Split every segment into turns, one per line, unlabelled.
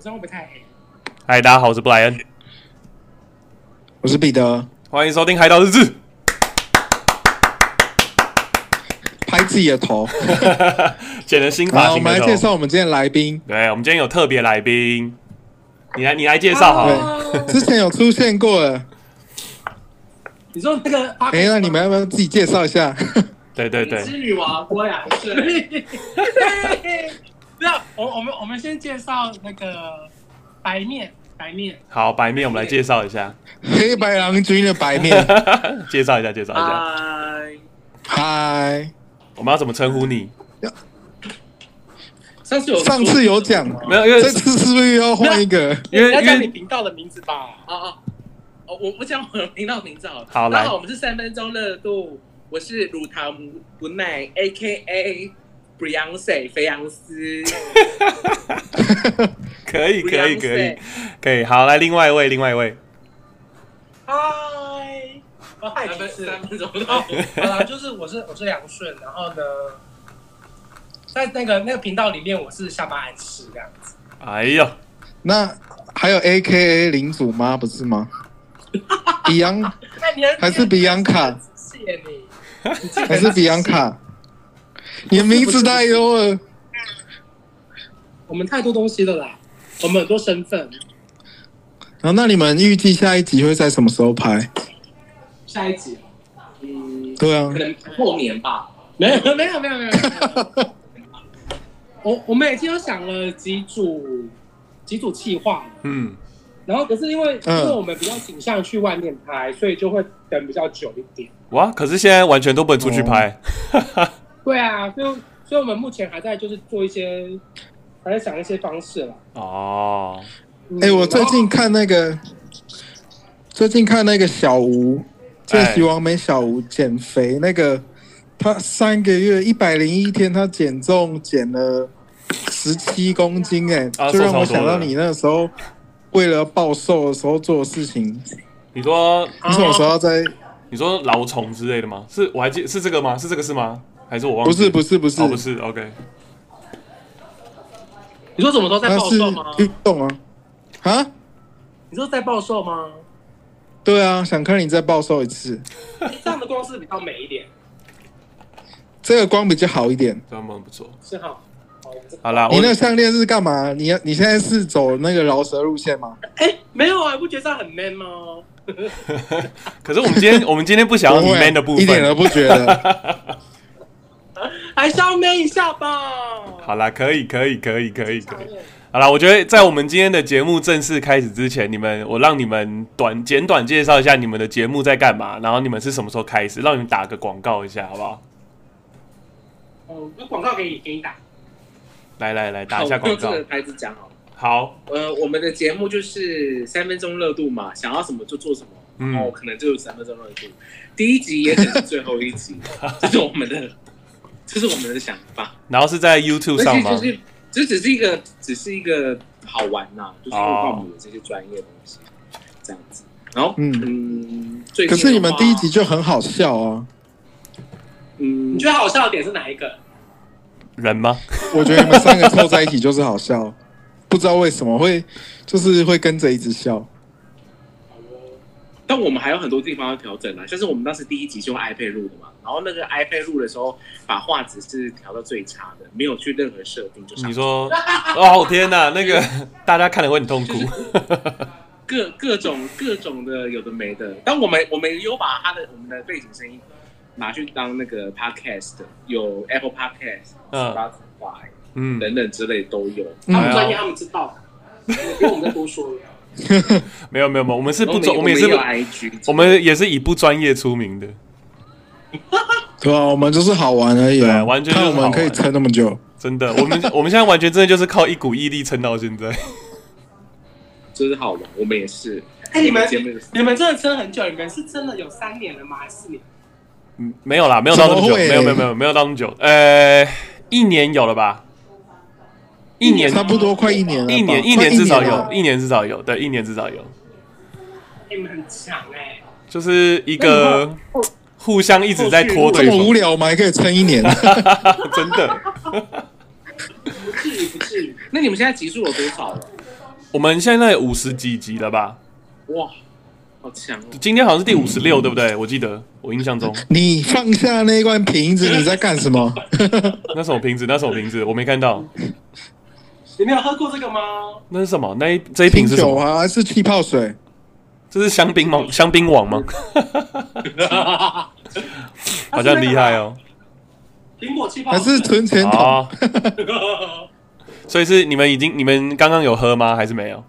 这样会不会太黑？
嗨，大家好，我是布莱恩，
我是彼得，
欢迎收听《海岛日志》。
拍自己 的头。
剪了新发
好，我
型
们
的
来介
头。
绍我们今天的来宾。
对，我们今天有特别来宾，你来，你来介绍好了。
哦
之前有出现过了，
你说那个阿
哎、那你们要不要自己介绍一下？
对对
迷
对，
之女王郭雅顺。 那我我们我们先介绍那个白面白面
好，白面，我们来介绍一下，
黑白郎君的白面，
介绍一下，介绍一下，
啊，
嗨，
我们要怎么称呼你？
上次有
上次有讲
没有，因为
这次是不是又要换 一个？
因为
要
因
叫你
为
频道的名字吧？啊啊，哦，我我讲我的频道名字好了。
好来
大家好，我们是三分钟热度，我是乳糖不耐，A K A Beyonce 肥羊丝，
可以可以
Beyonce
可以可以，好，来另外一位，另外一位，
嗨，我嗨，
三分
是，
三分钟
好
热度。
啦，就是我是我是梁顺，然后呢，在那个那个频道里面，我是下巴暗示这样子。
哎呦，
那还有 A K A 领主吗？不是吗？比昂
那你还
还是比昂卡，
谢谢你，
还
哎
是比昂卡？你的名字太多了。
我们太多东西了啦，我们很多身份。
然后，那你们预计下一集会在什么时候拍？
下一集，嗯，
对啊
可，能后年吧。没有，没有，没 有，没有。我我们已经有想了几组几组企划了，
嗯，
然后可是因为、
嗯
因为我们比较倾向去外面拍，所以就会等比较久一点。
哇，可是现在完全都不能出去拍，
对啊，所以所以我们目前还在就是做一些，还在想一些方式啦。
哦，
嗯
哎、我最近看那个，最近看那个小吴，见
哎
习王美小吴减肥那个，他三个月一百零一天，他减重减了十七公斤、哎、
啊
就让我
瘦超
想
多
到
的
你那时候为了暴瘦的时候做的事情。你
你说
什么时
啊
候要在？
你说老虫之类的吗？是我还记是这个吗？是这个是吗？还是我忘
不
记
是
了？
不是不是，
哦不是，OK，
你说什么时候在
那
暴
是
瘦吗？
运动啊啊！
你说在暴瘦吗？
对啊，想看你再暴瘦一次，
这样的光是比较美一点，
这个光比较好一点。
这样蛮不错。
是哈。好
好啦，啊我
你那个项链是干嘛？你要你现在是走那个饶舌路线吗？
哎、没有啊，你不觉得这样很 man 吗？
可是我们今天我们今天不想啊要
不
你
会
man 的部
一点都
分。
不 觉得。
还是要 man 一下吧。
好啦，可以可以可以可以可以。好啦，我觉得在我们今天的节目正式开始之前，你们我让你们短简短介绍一下你们的节目在干嘛，然后你们是什么时候开始，让你们打个广告一下好不好？
哦，那广告给你，给你打，
来来来，打一下
好我
广
用这
告。
个牌子讲好了。
好，
呃，我们的节目就是三分钟热度嘛，想要什么就做什么，
嗯
然后可能就是三分钟热度。第一集也可能是最后一 集，这是我们的，这是我们的想法。
然后是在 YouTube
那
上
其
吗
实就？是，这只是一个，只是一个好玩呐、就是用到我们的这些专业东西，这样子。然后，嗯，最
可
近
是你们
的话
第一集，就很好笑啊！
嗯，你觉得好笑的点是哪一个？
人吗？
我觉得你们三个凑在一起就是好笑，不知道为什么会就是会跟着一直笑。
但我们还有很多地方要调整啊，像是我们当时第一集是用 iPad 录的嘛，然后那个 iPad 录的时候，把画质是调到最差的，没有去任何设定，就
你
是
说， 哦天哪，那个大家看了会很痛苦。
各各种各种的有的没的。但我们我们有把它的我们的背景声音拿去当那个 Podcast，有 Apple Podcast、
嗯
Spotify
嗯，
等等之类都有。
嗯
他
哎
们专业，他们知道，不用我们再多说了。
没有没有没有，我们是不专，我
我们
们也是
有
不
IG，
我们也是以不专业出名的，
对啊，我们就是好玩而已啊，
对完全就是
看
好
我
玩
们可以撑那么久。
真的。我们我们现在完全真的就是靠一股毅力撑到现在。
就是好玩，我们也是。
哎你们
节目也是
你们真的撑很久，你们是真的有三年了吗？还是四年？
嗯，没有啦，没有到那么
怎
久，
么会
没有没有没有没有到那么久，呃，一年有了吧？一年
差不多快一年了吧，
一年
快
一
一
年至少
了
有，一年至少有，对，一年至少有，
你们很强哎、
就是一个互相一直在拖
这
对
么无
方，
聊，我们还可以撑 一年。
真的。
不至于，不至于。那你们现在集数有多少了？
我们现在五十几集了吧？
哇，好强哦！
今天好像是第五十六，对不对？我记得我印象中，
你放下那罐瓶子，你在干什么？
那什么瓶子？那什么瓶子？我没看到，
你没有喝过这个吗？
那是什么？那一这一瓶是什
酒
么？
啊，是气泡水。
这是香槟吗？香槟网吗？好像厉害哦。
苹果气泡
还是存钱筒？
啊，所以是你们已经你们刚刚有喝吗？还是没有？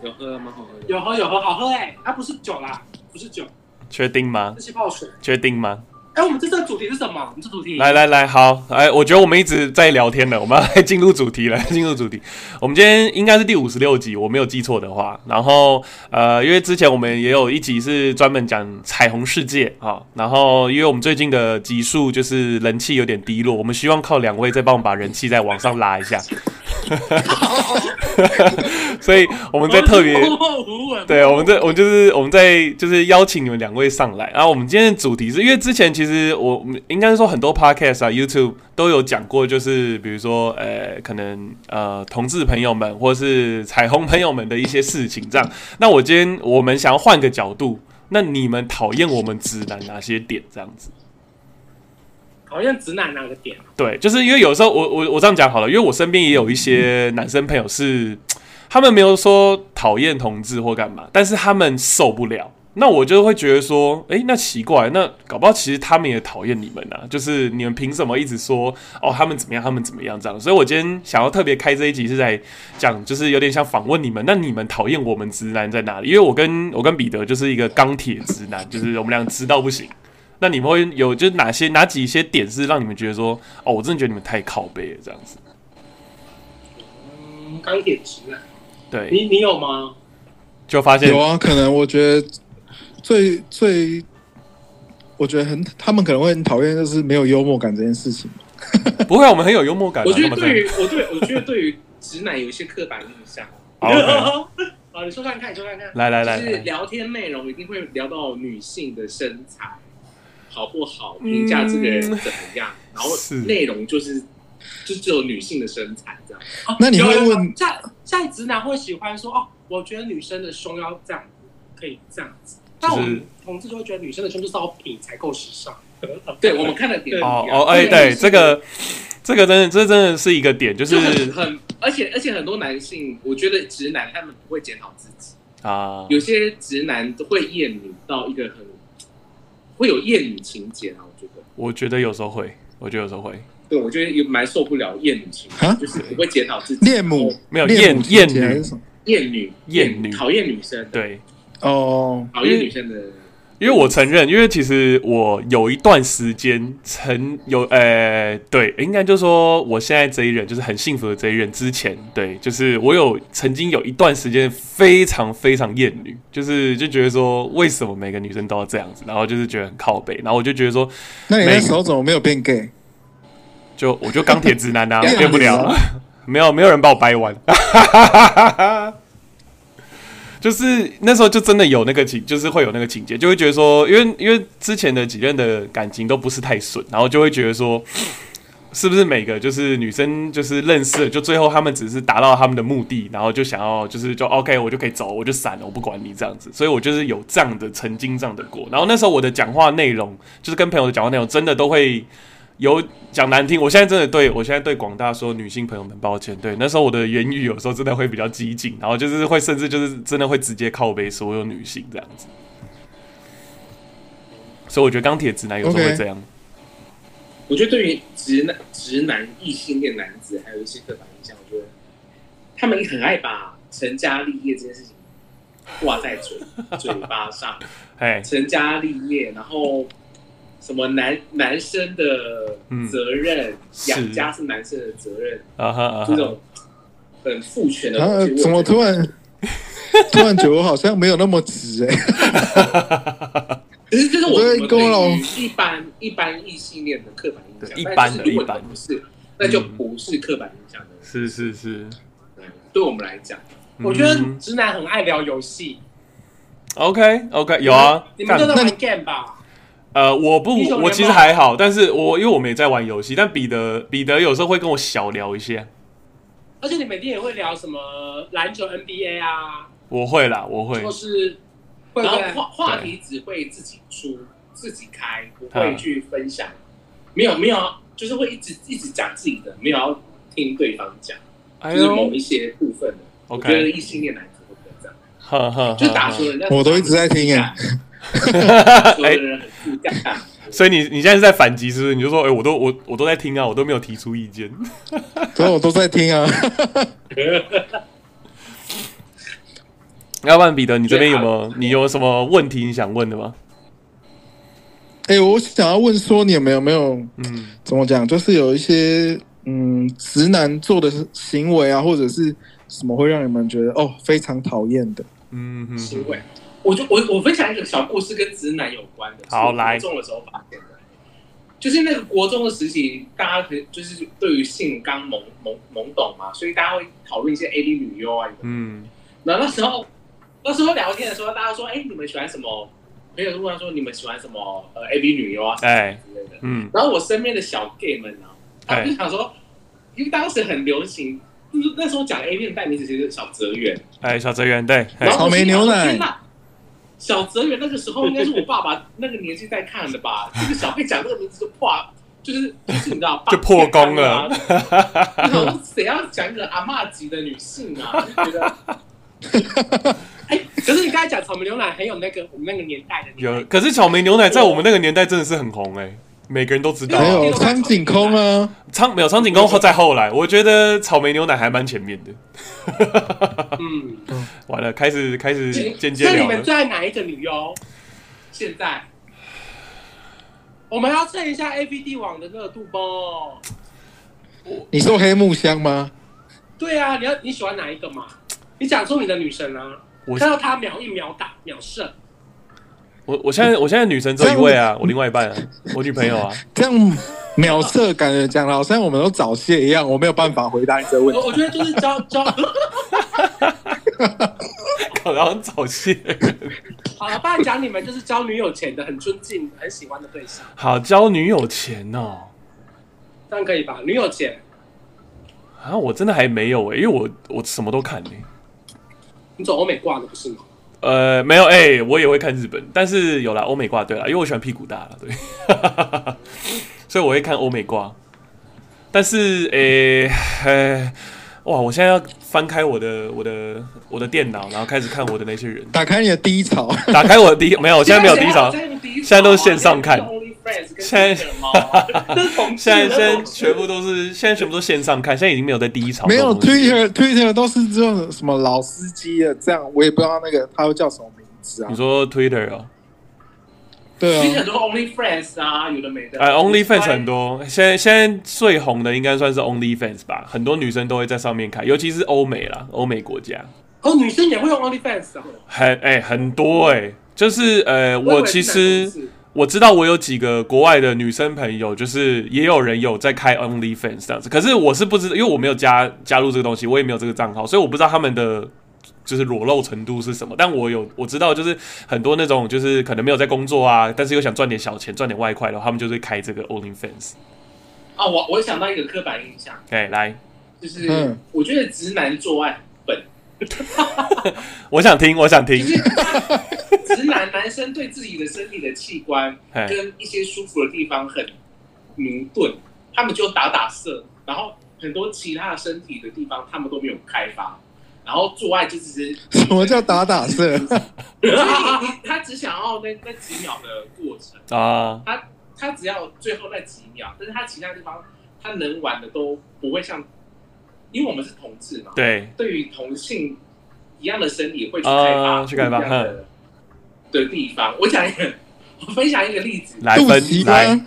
有喝蛮好喝的。
有喝有喝，好喝哎、它不是酒啦，不是酒，
确定吗
是？气泡水。
确定吗？
哎、我们这次的主题是什么？我们这主题
来来来，好，哎，我觉得我们一直在聊天了，我们要来进入主题了， 进入主题。我们今天应该是第五十六集，我没有记错的话。然后呃，因为之前我们也有一集是专门讲彩虹世界啊、然后因为我们最近的集数就是人气有点低落，我们希望靠两位再帮我们把人气再往上拉一下。 所以我们在特别
默默无闻。
对，我们这我们就是我们在就是邀请你们两位上来，然啊后我们今天的主题是因为之前其实我我们应该是说很多 podcast 啊 YouTube 都有讲过，就是比如说呃可能呃同志朋友们或是彩虹朋友们的一些事情这样。那我今天我们想要换个角度，那你们讨厌我们直男哪些点这样子？
讨厌直男哪个点？
对，就是因为有时候我我我这样讲好了，因为我身边也有一些男生朋友是，他们没有说讨厌同志或干嘛，但是他们受不了。那我就会觉得说，诶，那奇怪，那搞不好其实他们也讨厌你们啊，就是你们凭什么一直说哦他们怎么样，他们怎么样这样？所以我今天想要特别开这一集是在讲，就是有点想访问你们，那你们讨厌我们直男在哪里？因为我跟我跟彼得就是一个钢铁直男，就是我们俩直到不行。那你们会有就是哪些哪几些点是让你们觉得说哦，我真的觉得你们太靠背了这样子？
嗯，钢铁直男。
对，
你你有吗？
就发现
有啊，可能我觉得最最，我觉得很，他们可能会很讨厌，就是没有幽默感这件事情。
不会啊，我们很有幽默感、啊。
我觉
他
得
们
对
真的
于我对我觉得对于直男有一些刻板印象。
好，OK
啊，你说看看，你说看看。
来来来，
就是
来
聊天内容一定会聊到女性的身材好不好，评价这个人怎么样，然后
是
内容就是就只有女性的身材这样。
哦
那你会
有有有
问
下下一直男会喜欢说哦，我觉得女生的胸要这样子，可以这样子。但我
就是
们同志就会觉得女生的胸就是要平才够时尚。呃
对我们看的点不一
哦
样
哦，哎、
对
对，
就是
这个这个真的这真的是一个点，就
就很
是
很，而且而且很多男性，我觉得直男他们不会检讨自己，
啊，
有些直男会厌女到一个很会有厌女情节啊，我觉得。
我觉得有时候会，我觉得有时候会
对，我觉得也蛮受不了厌女情节
啊，
就是不会检讨自己。哦
恋母
哦没有
恋母
厌
情
厌
节
女
还是什么？
厌女，
厌女
讨厌女生的，
对。
哦，
讨厌女生的。
因为我承认，因为其实我有一段时间曾有，呃，对，应该就是说我现在这一任就是很幸福的这一任之前，对，就是我有曾经有一段时间非常非常厌女，就是就觉得说为什么每个女生都要这样子，然后就是觉得很靠背，然后我就觉得说，
那你
每
那时候怎么没有变 gay？
就我就钢铁直男啊，
变
变不了
了，
没有没有人把我掰弯， 就是那时候就真的有那个情，就是会有那个情节，就会觉得说，因为因为之前的几任的感情都不是太顺，然后就会觉得说，是不是每个就是女生就是认识了，就最后他们只是达到他们的目的，然后就想要就是就 OK，我就可以走，我就闪了，我不管你这样子。所以我就是有这样的曾经这样的过。然后那时候我的讲话内容，就是跟朋友的讲话内容，真的都会有讲难听。我现在真的对我现在对广大所有女性朋友们抱歉，对那时候我的言语有时候真的会比较激进，然后就是会甚至就是真的会直接靠背所有女性这样子。所以我觉得钢铁直男有时候会
OK
这样。
我觉得对于直男、直男、异性恋男子，还有一些刻板印象，我觉得他们很爱把成家立业这件事情挂在嘴嘴巴上，
哎、
成家立业，然后什么男男生的责任，
是
养家是男生的责任，
啊哈啊哈
这，种很父权的
然
东
后
西。
啊怎么
我觉
突
得
然 突然觉得我好像没有那么直哎、
其实这是
我
我
都会
们
勾了
对
我
于一般一般异性恋的刻板印象，
对
但
一般的
就是如果
一般嗯的
不是，那就不是刻板印象的。
是是是，
对对我们来讲，
我觉得
嗯
直男很爱聊游戏，
OK OK 有啊，
你们都在
干
玩 game 吧？
呃，我不
英雄，联盟
我其实还好，但是我因为我没在玩游戏，但彼得彼得有时候会跟我小聊一些，
而且你每天也会聊什么篮球 NBA 啊，
我会啦，我会
或，是会
然
不
后
会
话话题只会自己出、自己开，不会去分享，没有没有，就是会一直一直讲自己的，没有要听对方讲，
哎
就是某
呦
一些部分的。我觉得
，OK，啊
异性恋男子会不会这样？
哈哈，
就打
出
出人家，
我都一直在听欸耶
哎，所有
哎
的，人很自干，
所以你你现在是在反击是不是？你就说，哎，我都我我都在听啊，我都没有提出意见。
所以我都在听啊。
要不然彼得，你这边有没有你有什么问题你想问的吗？
哎、我想要问说，你有没有没有
嗯，
怎么讲？就是有一些嗯，直男做的行为啊，或者是什么会让你们觉得哦非常讨厌的？
嗯哼
行为。我就我我分享一个小故事，跟直男有关的。
好
是我
来
国中的时候发现的，就是那个国中的时期，大家可能就是对于性刚懵懵懵懂嘛，所以大家会讨论一些 A V 女优啊。有的
嗯
然后那时候那时候聊天的时候，大家说：“哎、你们喜欢什么？”朋友就问他说：“你们喜欢什么？呃，A V 女优啊，什么
哎
之类的。
嗯哎
然后我身边的小 gay 们啊，他们就想说，因为当时很流行，就是那时候讲 A 片代名词其实是小泽圆，
哎，小泽圆对，哎
然后我心里想
草莓牛
说
奶
天哪小泽圆那个时候应该是我爸爸那个年纪在看的吧？这个小 gay 讲这个名字就破，就是就是你知道，
就破功了
了。然 后我说谁要讲一个阿嬷级的女性啊？就觉得
哎，可是你刚才讲草莓牛奶很有那个我们那个年代的年代
有，可是草莓牛奶在我们那个年代真的是很红哎、每个人都知道啊。
没
对
有
啊
苍井空啊，
苍没有苍井空后在后来，我觉得草莓牛奶还蛮前面的。啊
嗯，
完了，开始开始渐
所
渐
以你
聊
们
了。
最爱哪一个女优？
现在
我们要蹭一下 A V D 网的热度不？
你说黑木香吗？
对啊，你要你喜欢哪一个嘛？你讲出你的女神啊，
我
看到她秒一秒打秒射，
我我现在我现在女神只有一位啊，我另外一 半啊，我女朋友啊。
这样秒射，感觉讲的好像我们都早泄一样，我没有办法回答你这个问题。
我我觉得就是 交交
搞得好像早泄。
好了，不然讲你们就是交女友前的很尊敬、很喜欢的对象，
好，交女友前哦。
这样可以吧？女友前，
啊，我真的还没有哎、因为我我什么都看欸呢、
你走欧美挂的不是吗？
呃，没有哎、我也会看日本，但是有啦，欧美挂对啦，因为我喜欢屁股大啦，对， 所以我会看欧美挂。但是诶、哎哇，我现在要翻开我的我的我的电脑，然后开始看我的那些人，
打开你的低潮，
打开我的第一，没有，我现在没有低潮，
现
现在都是线上看现在
现在 都是同志
现在现
那
在
种
全部都是现在全部都线上看，现在已经没有在低潮，
没
这
有
种东西
Twitter Twitter 都是这种什么老司机的，这样我也不知道那个他又叫什么名字啊
你？说 Twitter 哦，
其
对
实
啊
很，多 Only Friends 啊，有的没的。
哎，OnlyFans 很多，现在现在最红的应该算是 OnlyFans 吧，很多女生都会在上面看，尤其是欧美啦，欧美国家，
哦，女生也会用 OnlyFans 啊。
很哎、很多哎、就是呃，
以为
我
是
其
男
实
同志
我知道我有几个国外的女生朋友，就是也有人有在开 OnlyFans 这样子，可是我是不知道，因为我没有加加入这个东西，我也没有这个账号，所以我不知道他们的。就是裸露程度是什么？但我有我知道，就是很多那种就是可能没有在工作啊，但是又想赚点小钱、赚点外快的话，他们就会开这个 OnlyFans。
啊，我我想到一个刻板印象，
哎，来，
就是、
嗯
我觉得直男做爱很笨，
我想听，我想听
就。是直男男生对自己的身体的器官
哎，
跟一些舒服的地方很矛盾，他们就打打色，然后很多其他的身体的地方他们都没有开发，然后做爱就只是
什么叫打打色？
所以你他只想要那那几秒的过程，
啊，
他只要最后那几秒，但是他其他地方他能玩的都不会像，因为我们是同志嘛，
对，
对于同性一样的生理会去开发、
啊去开发
不一样的的地方。我讲一个，我分享一个例子。
来
肚
分
脐
来，
吗？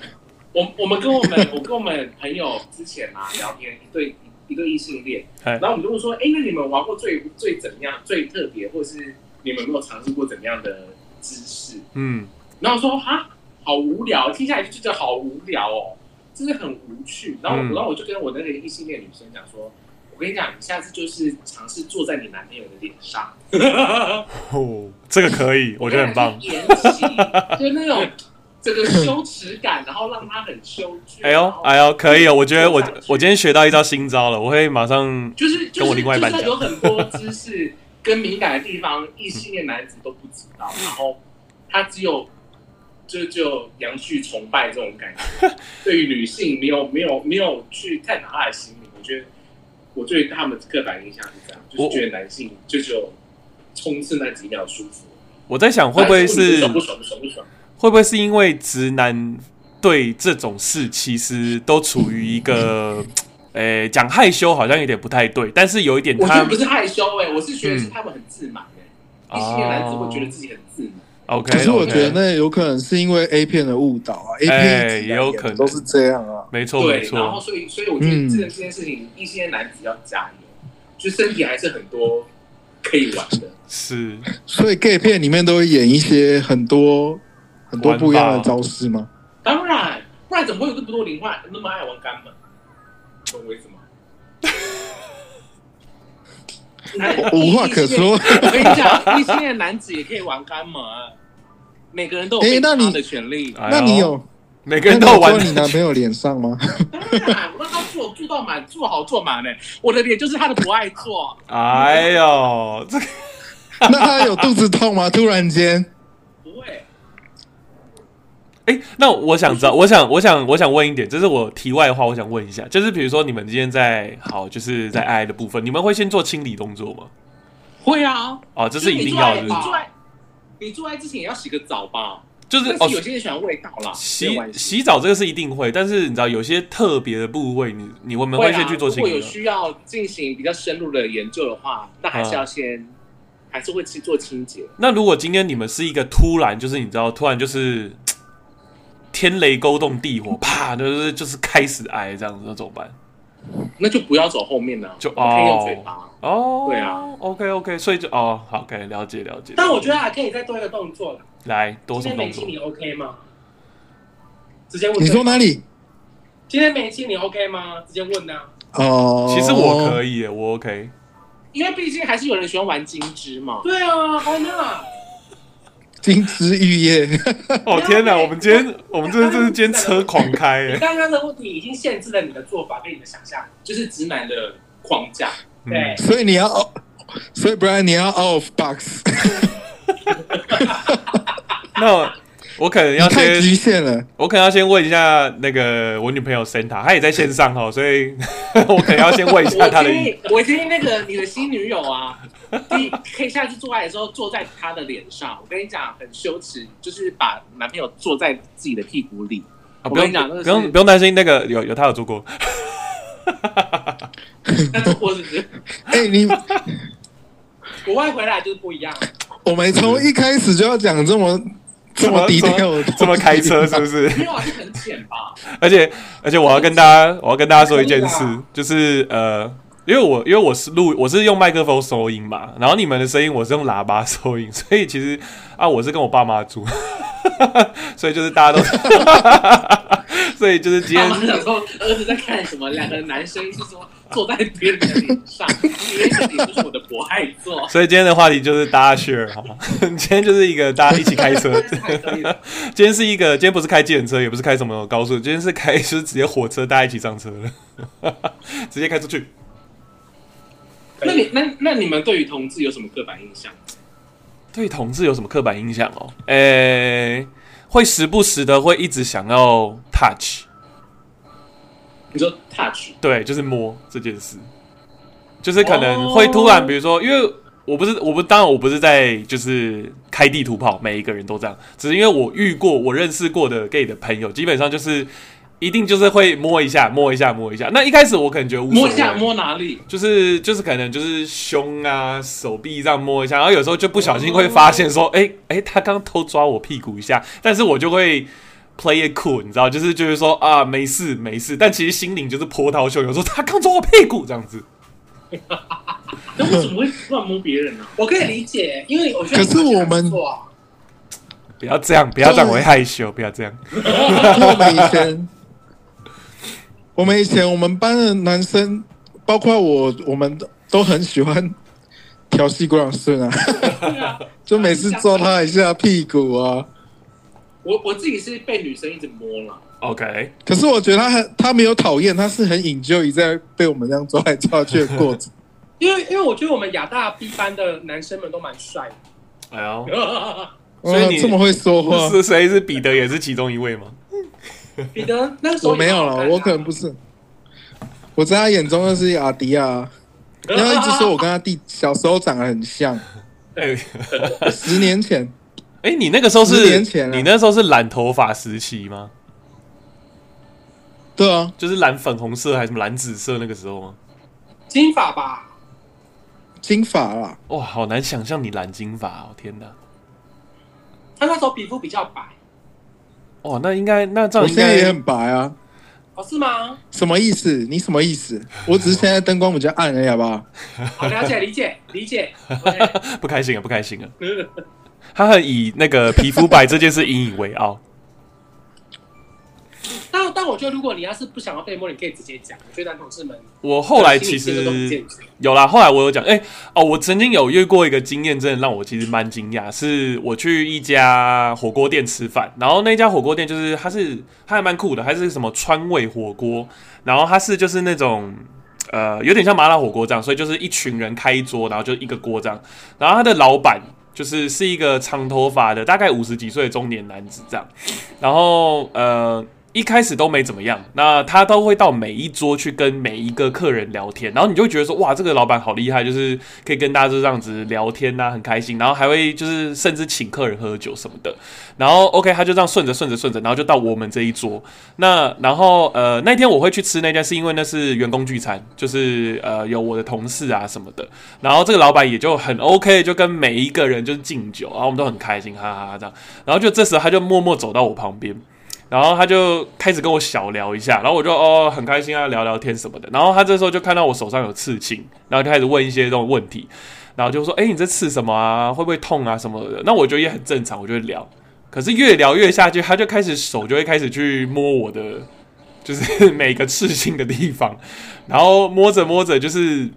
我我们跟我们 我跟我们朋友之前啊聊天，一对一对异性恋，
哎
然后我们就会说，哎，那你们玩过最最怎么样、最特别，或是你们有没有尝试过怎么样的姿势？
嗯，
然后说啊，好无聊，听下来就觉得好无聊哦，真的很无趣。然后我，
嗯
然后我就跟我那个异性恋女生讲说，我跟你讲，你下次就是尝试坐在你男朋友的脸上，
哦，这个可以，我
我
觉得很棒。
演戏，就那种这个羞耻感，然后让他很羞怯。
哎呦
然后
哎呦，可以哦！我觉得我
然后
我今天学到一招新招了，我会马上
就是就是
跟我另外一半
就是
讲
有很多知识跟敏感的 地方，异性恋男子都不知道，然后他只有就就有阳具崇拜这种感觉， 对于女性没有没有没有去探讨她的心理，我觉得我对他们刻板印象是这样，就
我
是觉得男性就只有冲刺那几秒舒服，
我在想会不会是
爽不爽不爽不爽，
会不会是因为直男对这种事其实都处于一个，诶、讲害羞好像有点不太对，但是有一点
我觉
他
得不是害羞哎、我是觉得是
嗯
他们很自满哎、异性恋男子会觉得自己很自满。
啊 OK，
可是我觉得那有可能是因为 A 片的误导啊，A
哎
片一直以
也
来
有
演的
可能
都是这样啊。
没错没
对，然后
错，
所以所以我觉得
嗯
这这件事情，一些男子要加油，就身体还是很多可以玩的。
是
所以 gay 片里面都会演一些很多很多不一样的招式吗？
当然，不然怎么会有这么多零坏那么爱玩肛门？懂我意思吗？哎
我 无话可说。
我跟你讲，一些男子也可以玩肛门，啊每个人都有
哎
被
那你
插的权利。
哎呦
那你有
每个
那
人
你
都有玩
坐你男朋友脸上吗？
当然，我让他做做到满，做好做满嘞。我的脸就是他的不爱做，
哎呦，这个
那他有肚子痛吗？突然间，
不会。
哎、那我想知道，我想，我想，我想问一点，这是我题外话，我想问一下，就是比如说你们今天在好，就是在爱的部分，你们会先做清理动作吗？
会啊，
哦，这是一定
就
要的
是你
是
做
不是，
爱你做爱，你做爱之前也要洗个澡吧？
就是哦
但是，有些人喜欢味道啦，没有
洗
关系
洗澡这个是一定会，但是你知道有些特别的部位你，你我们
会
会
啦
先去做
如
清
果有
理吗。
需要进行比较深入的研究的话，那还是要先，
嗯
还是会去做清洁。
那如果今天你们是一个突然，就是你知道，突然就是嘖天雷勾动地火，啪，就是就是开始挨这样子，那怎么办？
那就不要走后面了，
就
我们可以用
哦
嘴巴。
哦，
对啊
，OK OK，所以就哦，好，OK，了解了解。
但我觉得还可以再多一个动作啦。
来多
今
什么
天梅
动作
西？你 OK 吗？直接问
你
对
说哪里？
今天梅西你 OK 吗？直接问啊呐、
哦，
其实我可以耶，我 OK。
因为毕竟还是有人喜欢玩金枝嘛，
对啊，Why not？
金枝玉叶，
哦天
啊
哪，我们今天我们真的
对
真
啊
是今天车狂开
你
耶。
刚刚的问题已经限制了你的做法跟你的想象。
就是直男的框架。
对，
所以你要，所以 Brian 你要 off box，
那我我可能
你
要
太
先
局限了。
我可能要先问一下那个我女朋友 Santa，她也在线上哦哈，所以 我可能要先问一 下
我
她的
建
意。
议，我建议那个你的新女友啊， 你可以下次做爱的时候坐在她的脸上。我跟你讲，很羞耻，就是把男朋友坐在自己的屁股里。
啊
我
不
跟
用
你讲，那
不
个
用不用担心，那个有有她有做过，
但是我只是
哎，你
国外回来就是不一样。
我们从一开始就要讲这么这么 低
怎么
调的东西，
这么开车是不是？
没有啊，是很浅吧？
而且而且我要跟大家我要跟大家说一件事，就是呃。因为我因为我是录我是用麦克风收音嘛，然后你们的声音我是用喇叭收音，所以其实啊我是跟我爸妈住， 所以就是大家都， 所以就是今
爸
天
妈想说儿子在看什么？两个男生是说坐在别人的脸上，别人的脸就是我的博爱 座。
所以今天的话题就是大家 share 哈， 今天就是一个大家一起开车，今天是一个今天不是开计程车，也不是开什么高速，今天是开就是直接火车，大家一起上车了， 直接开出去。
那你那那你们对于同志有什么刻板印象？
对同志有什么刻板印象哦？诶、会时不时的会一直想要 touch，
你说 touch，
对，就是摸这件事，就是可能会突
哦
然，比如说，因为我不是，我不，当然我不是在就是开地图炮，每一个人都这样，只是因为我遇过我认识过的 gay 的朋友，基本上就是一定就是会摸一下，摸一下，摸一下。那一开始我可能觉得无所
摸
谓
一下摸哪里？
就是就是可能就是胸啊、手臂这样摸一下，然后有时候就不小心会发现
哦
说，哎、哎、他刚刚偷抓我屁股一下，但是我就会 play it cool，你知道，就是就是说啊，没事没事，但其实心灵就是波涛汹涌，说他刚抓我屁股这样子。
那为什么会突然摸别人呢、
我可以理解，因为我觉得
可是我们
做啊，
不要这样，不要这样，我会害羞。不要这样，
因为我们以前，我们以前我们班的男生，包括我，我们都很喜欢调戏郭老师啊，
对啊，
就每次抓他一下屁股啊，
我我自己是被女生一直摸了，
OK，
可是我觉得他很，他没有讨厌，他是很 enjoy 在被我们这样抓来抓去的过程。
因为因为我觉得我们亚大 B 班的男生们都蛮帅的。
哎呦，
哇
所以你
这么会说话，
是谁是彼得也是其中一位吗？
彼得那时候
我没有
啊
了，我可
啊
能不是。我在他眼中就是阿迪亚，因为他一直说我跟他弟小时候长得很像，
哎、
十年前。
哎，你那个时候
十
是
年前啊
你那时候是染头发时期吗？
对啊，
就是染粉红色还是什么蓝紫色那个时候吗？
金发吧，
金发啦，
哇，好难想象你染金发哦！天哪，
他那时候皮肤比较白，
哇，那应该那这
我
样应
现在也
该
很白啊。
哦是 吗？
什么意思？你什么意思？我只是现在灯光比较暗而已，好不好？
好了解理解理解。OK
不开心了，不开心了。他很以那个皮肤白这件事引以为傲。
但但我觉得如果你要是不想要被摸，你可以直接讲。我觉得男同志们
我后来
心
其
理 接受都很
实
健全
有啦，后来我有讲，哎、哦，我曾经有遇过一个经验，真的让我其实蛮惊讶，是我去一家火锅店吃饭，然后那家火锅店就是它是它还蛮酷的，它是什么川味火锅，然后它是就是那种。呃，有点像麻辣火锅这样，所以就是一群人开一桌，然后就一个锅这样。然后他的老板就是是一个长头发的，大概五十几岁的中年男子这样。然后呃，一开始都没怎么样，那他都会到每一桌去跟每一个客人聊天，然后你就会觉得说，哇，这个老板好厉害，就是可以跟大家就这样子聊天呐、很开心，然后还会就是甚至请客人喝酒什么的。然后 OK，他就这样顺着顺着顺着，然后就到我们这一桌。那然后呃，那天我会去吃那家，是因为那是员工聚餐，就是呃有我的同事啊什么的。然后这个老板也就很 OK，就跟每一个人就是敬酒，然后我们都很开心，哈哈哈这样。然后就这时候他就默默走到我旁边，然后他就开始跟我小聊一下，然后我就哦很开心啊，聊聊天什么的。然后他这时候就看到我手上有刺青，然后就开始问一些这种问题，然后就说：“哎，你这刺什么啊？会不会痛啊？什么的？”那我觉得也很正常，我就会聊。可是越聊越下去，他就开始手就会开始去摸我的，就是每个刺青的地方，然后摸着摸着就是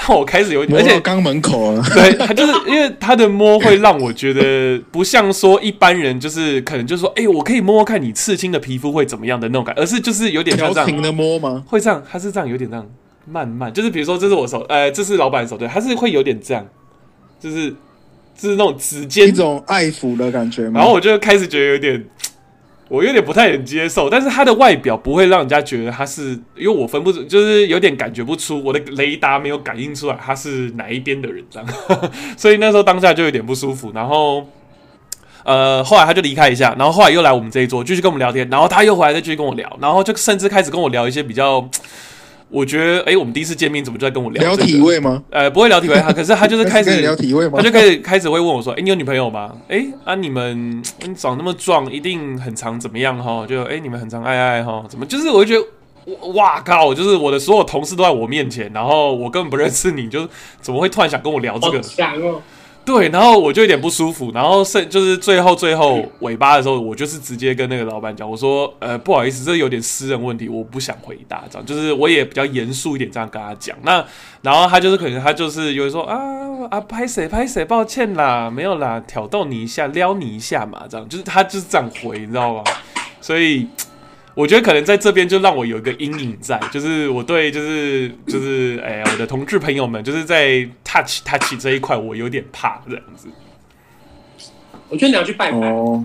让我开始有一点，
摸
而
到
且
肛门口啊了，
对他就是因为他的摸会让我觉得不像说一般人就是可能就是说，哎、我可以摸摸看你刺青的皮肤会怎么样的那种感，而是就是有点像
调
这
情
样，
的摸吗？
会这样，他是这样有点这样慢慢，就是比如说这是我手，呃，这是老板的手对，他是会有点这样，就是就是那种指尖
一种爱抚的感觉吗？
然后我就开始觉得有点，我有点不太能接受。但是他的外表不会让人家觉得他是，因为我分不出，就是有点感觉不出，我的雷达没有感应出来他是哪一边的人这样。 所以那时候当下就有点不舒服。然后，呃，后来他就离开一下，然后后来又来我们这一桌继续跟我们聊天，然后他又回来再继续跟我聊，然后就甚至开始跟我聊一些比较。我觉得，哎、我们第一次见面怎么就在跟我聊、
聊
这个
体？位吗？
呃，不会聊体位，他可是他就是开
跟
始
你聊体位吗？
他就开始开始会问我说：“哎、你有女朋友吗？哎、啊，你们你长那么壮，一定很常怎么样哈？就哎、你们很常爱爱哈？怎么？就是我就觉得。”我哇靠！就是我的所有同事都在我面前，然后我根本不认识你，就是怎么会突然想跟我聊这
好
个？
强哦，
对，然后我就有点不舒服，然后剩就是最后最后尾巴的时候，我就是直接跟那个老板讲，我说呃不好意思，这有点私人问题，我不想回答，这样就是我也比较严肃一点这样跟他讲。那然后他就是可能他就是有人说啊啊拍谁拍谁，抱歉啦，没有啦，挑逗你一下，撩你一下嘛，这样就是他就是这样回，你知道吗？所以。我觉得可能在这边就让我有一个阴影在，就是我对就是就是哎、我的同志朋友们，就是在 touch touch 这一块，我有点怕这样子。
我觉得你要去拜拜，
哦，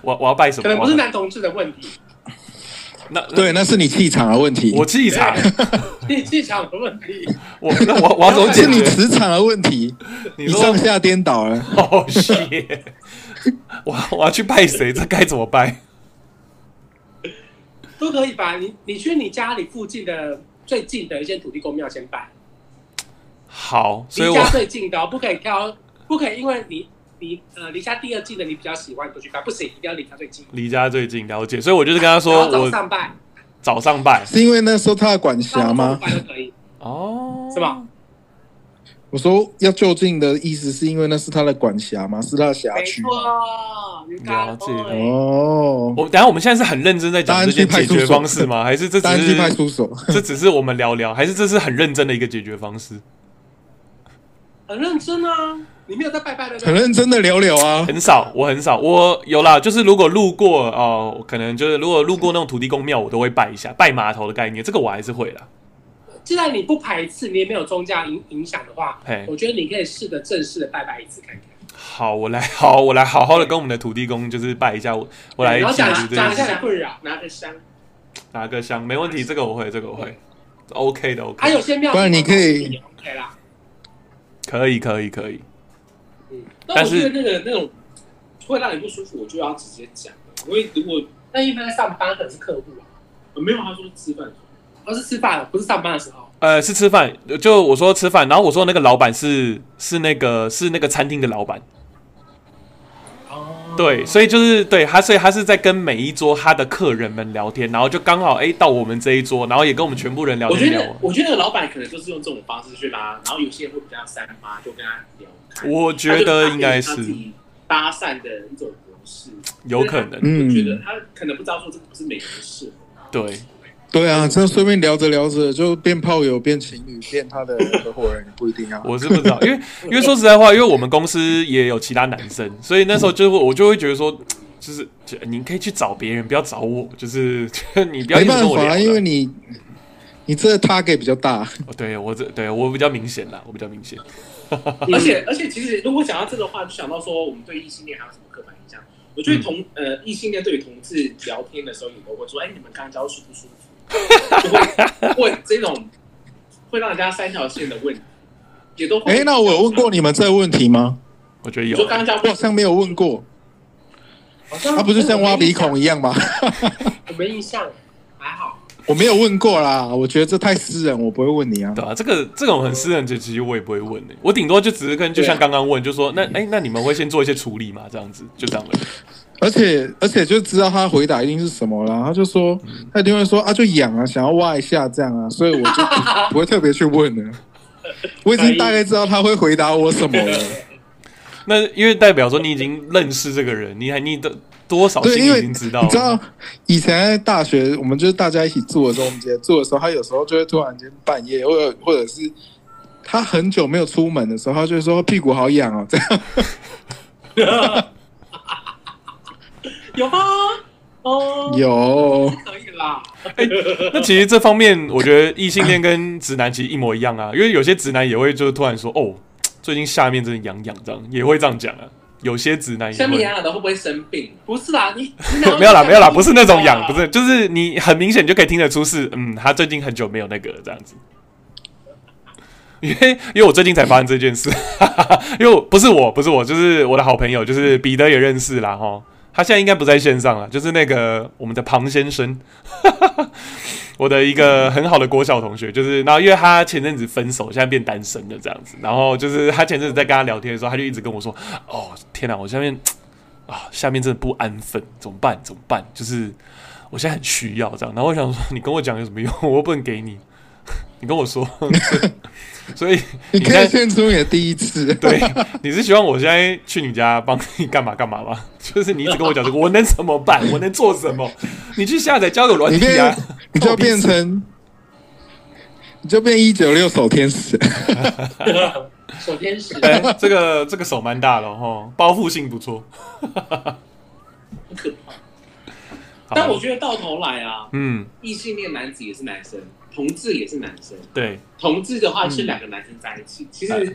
我我要拜什么？
可能不是
我要
男同志的问题，
那那
对，那是你气场的问题，
我气场，
你技巧的问题。
我那我我 要怎么解
是你
决？
磁场的问题，
你
你
说
上下颠倒了。
好谢，我我要去拜谁？这该怎么拜？
都可以吧？你你去你家里附近的最近的一些土地公庙先拜，
好，所以
离
我
家最近的、哦、不可以挑，不可以因为你你呃离家第二近的你比较喜欢，你就去拜，不行，一定要离家最近。
离家最近了解，所以我就是跟他
然
说
后早
我
上拜，
早上拜
是因为那时候他的管辖
然后中午
吗？
拜都可以。
哦，
是吧？
我说要就近的意思是因为那是他的管辖吗？是他的辖
没
区。
错，你
了解
哦，
我等一下我们现在是很认真在讲这件解决方式吗？还是这
当然
只
去派
是
出所。
这只是我们聊聊？还是这是很认真的一个解决方式？
很认真啊。
你没有在拜拜的
很
呢？
认真的聊聊啊。
很少，我很少，我有啦，就是如果路过哦、我可能就是如果路过那种土地公庙，我都会拜一下，拜码头的概念，这个我还是会啦。
既然你不排斥，你也没有宗教影影响的话
嘿，
我觉得你可以试着正式的拜拜一次看看。
好，我来，好，我来好好的跟我们的土地公就是拜一下，我我来
然后
记
讲
录这
讲
件
一
事
下你的困扰。
拿着香，
拿个香，没问题，这个我会，这个我会，OK 的
嗯还、
，OK，
有些庙，
不然你可以
OK 啦。
哎可以，可以，可以，
但
但
我
是
觉得那个那种会让你不舒服，我就要直接讲了。因为如果
那一般在上班可能是客户啊，
呃没有他说吃饭，
而是吃饭，不是上班的时候。
呃，是吃饭，就我说吃饭，然后我说那个老板是是那个是那个餐厅的老板，
哦，
对，所以就是对他，所以他是在跟每一桌他的客人们聊天，然后就刚好哎、到我们这一桌，然后也跟我们全部人聊
我觉
天聊
得。我觉得那个老板可能就是用这种方式去拉，然后有些人会比较三八，就跟他聊开。
我觉得应该
他就是把他自己搭讪的一种模式，
有可能，
我
嗯
觉得他可能不知道说这个不是每个人适合。
对，
对啊，这样顺便聊着聊着就变炮友、变情侣、变他的合伙人，也不一定啊。
我是不知道，因 为因为说实在话，因为我们公司也有其他男生，所以那时候就会我就会觉得说，就是就你可以去找别人，不要找我，就是就你不要一
没
直跟
办
我聊
法，啊
了。
因为你你这他给比较大，
哦对我这对我比较明显啦，我比较明显。
而且而且，其实如果讲到这个话，就想到说我们对异性恋还有什么刻板印象？我觉得同、呃异性恋对于同志聊天的时候，也都会说：“哎、你们刚交舒不舒服？”就会问这种会让人家三条线的问题，也都会。
哎，那我有问过你们这个问题吗？
我觉得
你
有
说，刚交
我好像没有问过，
好像
他哦不是像挖
哦
鼻孔一 样吗？
我没印象，还好。
我没有问过啦，我觉得这太私人，我不会问你啊。
对啊，这个这种很私人，就其实我也不会问的、我顶多就只是跟
啊
就像刚刚问，就说那哎、那你们会先做一些处理吗？这样子就这样了。
而且而且就知道他回答一定是什么啦，他就说他一定会说啊就痒啊，想要挖一下这样啊，所以我就 不不会特别去问了。我已经大概知道他会回答我什么 了，
那因为代表说你已经认识这个人，你还你的多少
对，
心里
因
已
为
经
你
知道了。
知道以前在大学，我们就是大家一起住的时候，我们直接住的时候，他有时候就会突然间半夜，或者或者是他很久没有出门的时候，他就会说屁股好痒哦，这样
有
啊
吗？哦，
有
可以啦。
那其实这方面，我觉得异性恋跟直男其实一模一样啊，因为有些直男也会就是突然说，哦，最近下面真的痒痒，这样也会这样讲啊。有些直男也
下面
会，
养养的会不会生病？
不是啦，你
没有啦，没有啦，不是那种痒，不是，就是你很明显就可以听得出是，嗯，他最近很久没有那个了这样子。 因为因为我最近才发生这件事， 因为我不是我，不是我，就是我的好朋友，就是彼得也认识啦哈。他现在应该不在线上了，就是那个我们的庞先生， 我的一个很好的国小同学，就是然后因为他前阵子分手，现在变单身了这样子，然后就是他前阵子在跟他聊天的时候，他就一直跟我说，哦天哪、我下面啊下面真的不安分，怎么办？怎么办？就是我现在很需要这样，然后我想说，你跟我讲有什么用？ 我又不能给你，你跟我说， 所以
你可
现
以
在
献出你的第一次，
对，你是希望我现在去你家帮你干嘛干嘛吗？ 就是你一直跟我讲这个，我能怎么办？我能做什么？你去下载交友软
你
体
变
啊！
你就变成，你就变一九六手天使，
手天 使，
哎、这个这个手蛮大的哦，包覆性不错。
很可怕。
好
但我觉得到头来啊，
嗯，
异性恋男子也是男生，同志也是男生。
对，
同志的话是
嗯
两个男生在一起，其实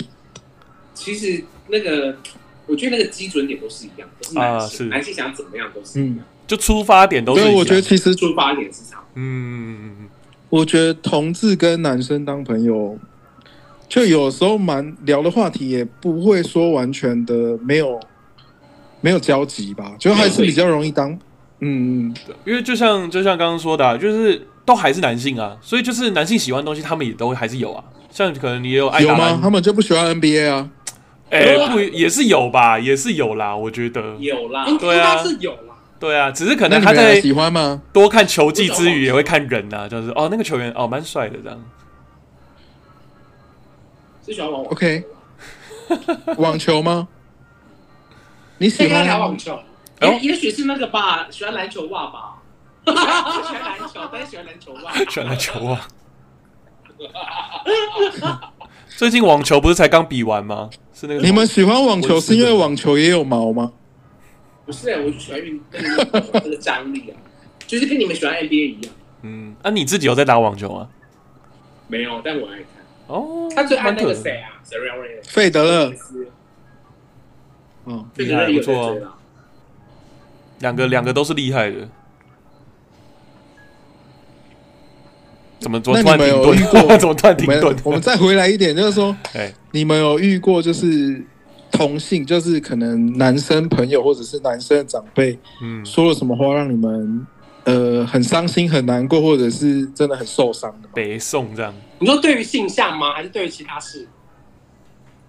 其实那个我觉得那个基准点都是一样，都是男
啊是嗯
性，男性想怎么样都是 一样，
就出发点都是一
所
样。
以我觉得其实
出发点是啥？
嗯，
我觉得同志跟男生当朋友，就有时候蛮聊的话题也不会说完全的没有没有交集吧，就还是比较容易当。嗯，
因为就像就像刚刚说的、啊，就是都还是男性啊，所以就是男性喜欢的东西，他们也都还是有啊。像可能也有爱
有
打
吗？他
篮，
们就不喜欢 NBA 啊？
哎、不也是有吧，也是有啦。我觉得，
有啦，
应
对啊
该是有啦。
对啊，只是可
那
能
你
他
们还
在
喜欢吗？
多看球技之余，也会看人啊，就是哦，那个球员哦，蛮帅的这样。
是喜欢
哦
玩网
OK 网球吗？你喜
先跟他
欢
聊
吗
网球，
哎呦
也也许是那个吧，喜欢篮球袜吧，不喜欢
啊
篮球，但是喜欢篮球袜。
喜欢篮球啊。 最近网球不是才刚比完吗？是那个
你们喜欢网球是因为网球也有毛吗？
不是、啊我就喜欢运动那个张力啊，就是跟你们喜欢 NBA 一样。
嗯，啊，你自己有在打网球吗？
没有，但我爱看。
哦，
他最爱那个
蛮特别的
谁啊？
Serena Williams，
费德勒
菲，斯
嗯，
菲德勒有在
啊
追啦
两个两个都是厉害的。怎么怎么突然
那你们
停
有遇过
顿？？ 怎么突然
我
停
们
顿？
我们再回来一点，就是说，
哎，
你们有遇过就是同性，就是可能男生朋友或者是男生的长辈
嗯，
说了什么话，让你们呃很伤心、很难过，或者是真的很受伤的
北宋这样，
你说对于性向吗？还是对于其他事？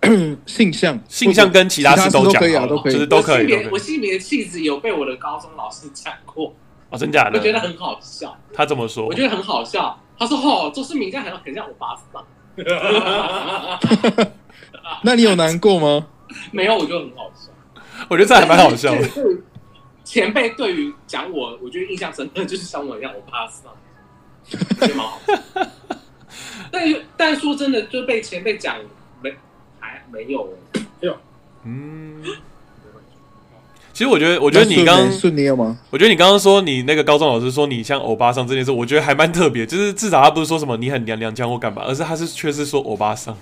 吗？性向，
性向跟其他
事
事都讲
可以啊，
好了
都可
就是
以。
都可
我性
以，
别
都
我
可以。
性别的气质有被我的高中老师讲过，
哦，真假
我觉得
的？
很好笑，
他怎么说
我？觉得很好笑。他说：“哦，周世明这样很很像我巴桑。
那你有难过吗？”
没有，我觉得很好笑。
我觉得这还蛮好笑的。
就是前辈对于讲我，我觉得印象深刻，就是像我一样，我怕死啊，我觉得蛮好笑。但又但说真的，就被前辈讲没还没有欸，
嗯，其实我觉得，我觉得你刚
那，顺顺你有吗？
我觉得你刚刚说你那个高中老师说你像欧巴桑这件事，我觉得还蛮特别。就是至少他不是说什么你很娘娘腔或干嘛，而是他是确实说欧巴桑。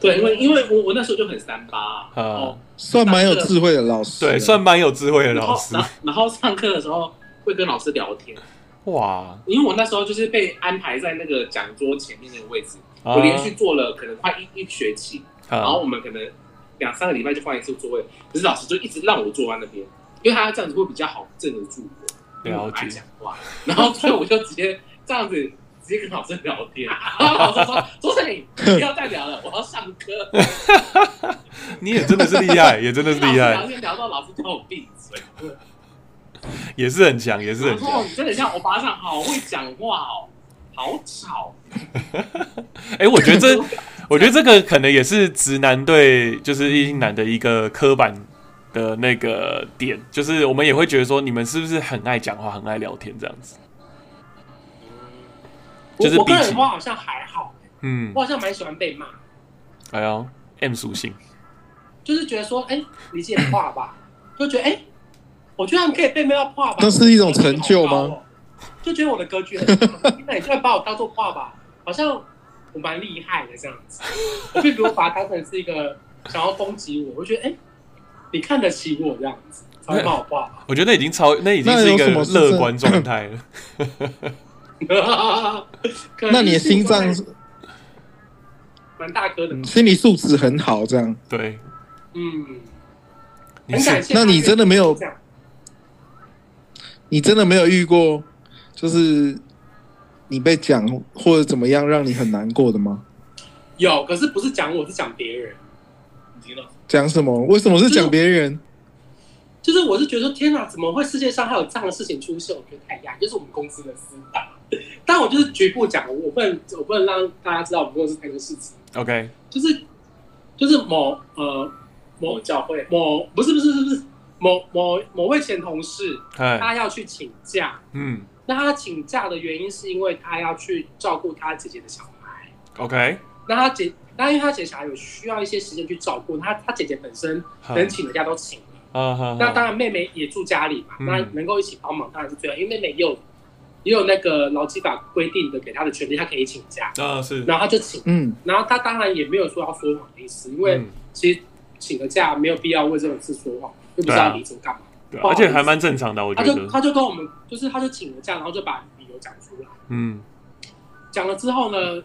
对，因为因为我我那时候就很三八啊，
啊
然后
算蛮有智慧的老师，啊
对，算蛮有智慧的
然
老
后
师
然。后然后上课的时候会跟老师聊天，
哇，
因为我那时候就是被安排在那个讲桌前面那个位置，
啊
我连续坐了可能快一一学期，然后
啊
我们可能两三个礼拜就换一次座位，可是老师就一直让我坐在那边，因为他这样子会比较好镇得住我，因为我
了
很爱
解
讲话，然后所以我就直接这样子直接跟老师聊天，然后老师说：“周胜宇，你不要再聊了，我要上课。
你也真的是厉 害，也真”的是
跟
厉
老师聊
害，
天聊到老师叫我闭嘴，
也是很强，也是
然
很
后
强。
你真的像欧巴桑，好会讲话哦，好吵，
哎、我觉得 这，我觉得这个可能也是直男对就是异性男的一个刻板的那个点，就是我们也会觉得说你们是不是很爱讲话，很爱聊天这样子。就是
我我
比
个
起
人话好像还好，
嗯
我，好像蛮喜欢被骂，
哎呦，M 属性，
就是觉得说，哎，你这点话吧，就觉得哎，我居然可以被骂话吧，
那是一种成就吗
我的格局好高哦？就觉得我的格局很高，那你居然把我当做话吧，好像我蛮厉害的这样子，我并不会把它当成是一个想要攻击我，我觉得哎，你看得起我这样子，才会骂我爸爸。
我觉得那已经超，那已经
那
是一
有
个
什么是
乐
真
观状态 了。
那你的心脏
蛮大颗的，
嗯心理素质很好，这样
对，
嗯，
你
很感
是
谢。
那你真的没有
这样？
你真的没有遇过，就是你被讲或者怎么样让你很难过的吗？
有，可是不是讲我，是讲别人，你知道吗？
讲什么？为什么是讲别人？
就是我是觉得说，天哪，怎么会世界上还有这样的事情出现？我觉得太压抑，就是我们公司的私大。 但我就是局部讲，我不能，我不能让大家知道我们公司太多事情。
OK，
就是就是某呃某
教会
某不是不是不是某某某位前同事，
嗨，
他要去请假。
嗯
那他请假的原因是因为他要去照顾他姐姐的小孩。
，OK，
那他姐，那因为他姐小孩有需要一些时间去照顾他，他姐姐本身
好，
能请的假都请了，
啊哈，
那当
哈
然妹妹也住家里嘛，
嗯
那能够一起帮忙当然是最好，因为妹妹也有也有那个劳基法规定的给她的权利，她可以请假，
啊是，
然后她就请，
嗯，
然后她当然也没有说要说谎的意思，因为
嗯
其实请个假没有必要为这种事说谎，又不
对
知
啊
道离职干嘛，
对啊
不好
而
意思
且还蛮正常的，我
她
觉
就
得，
她就跟我们就是她就请了假，然后就把理由讲出来，
嗯
讲了之后呢。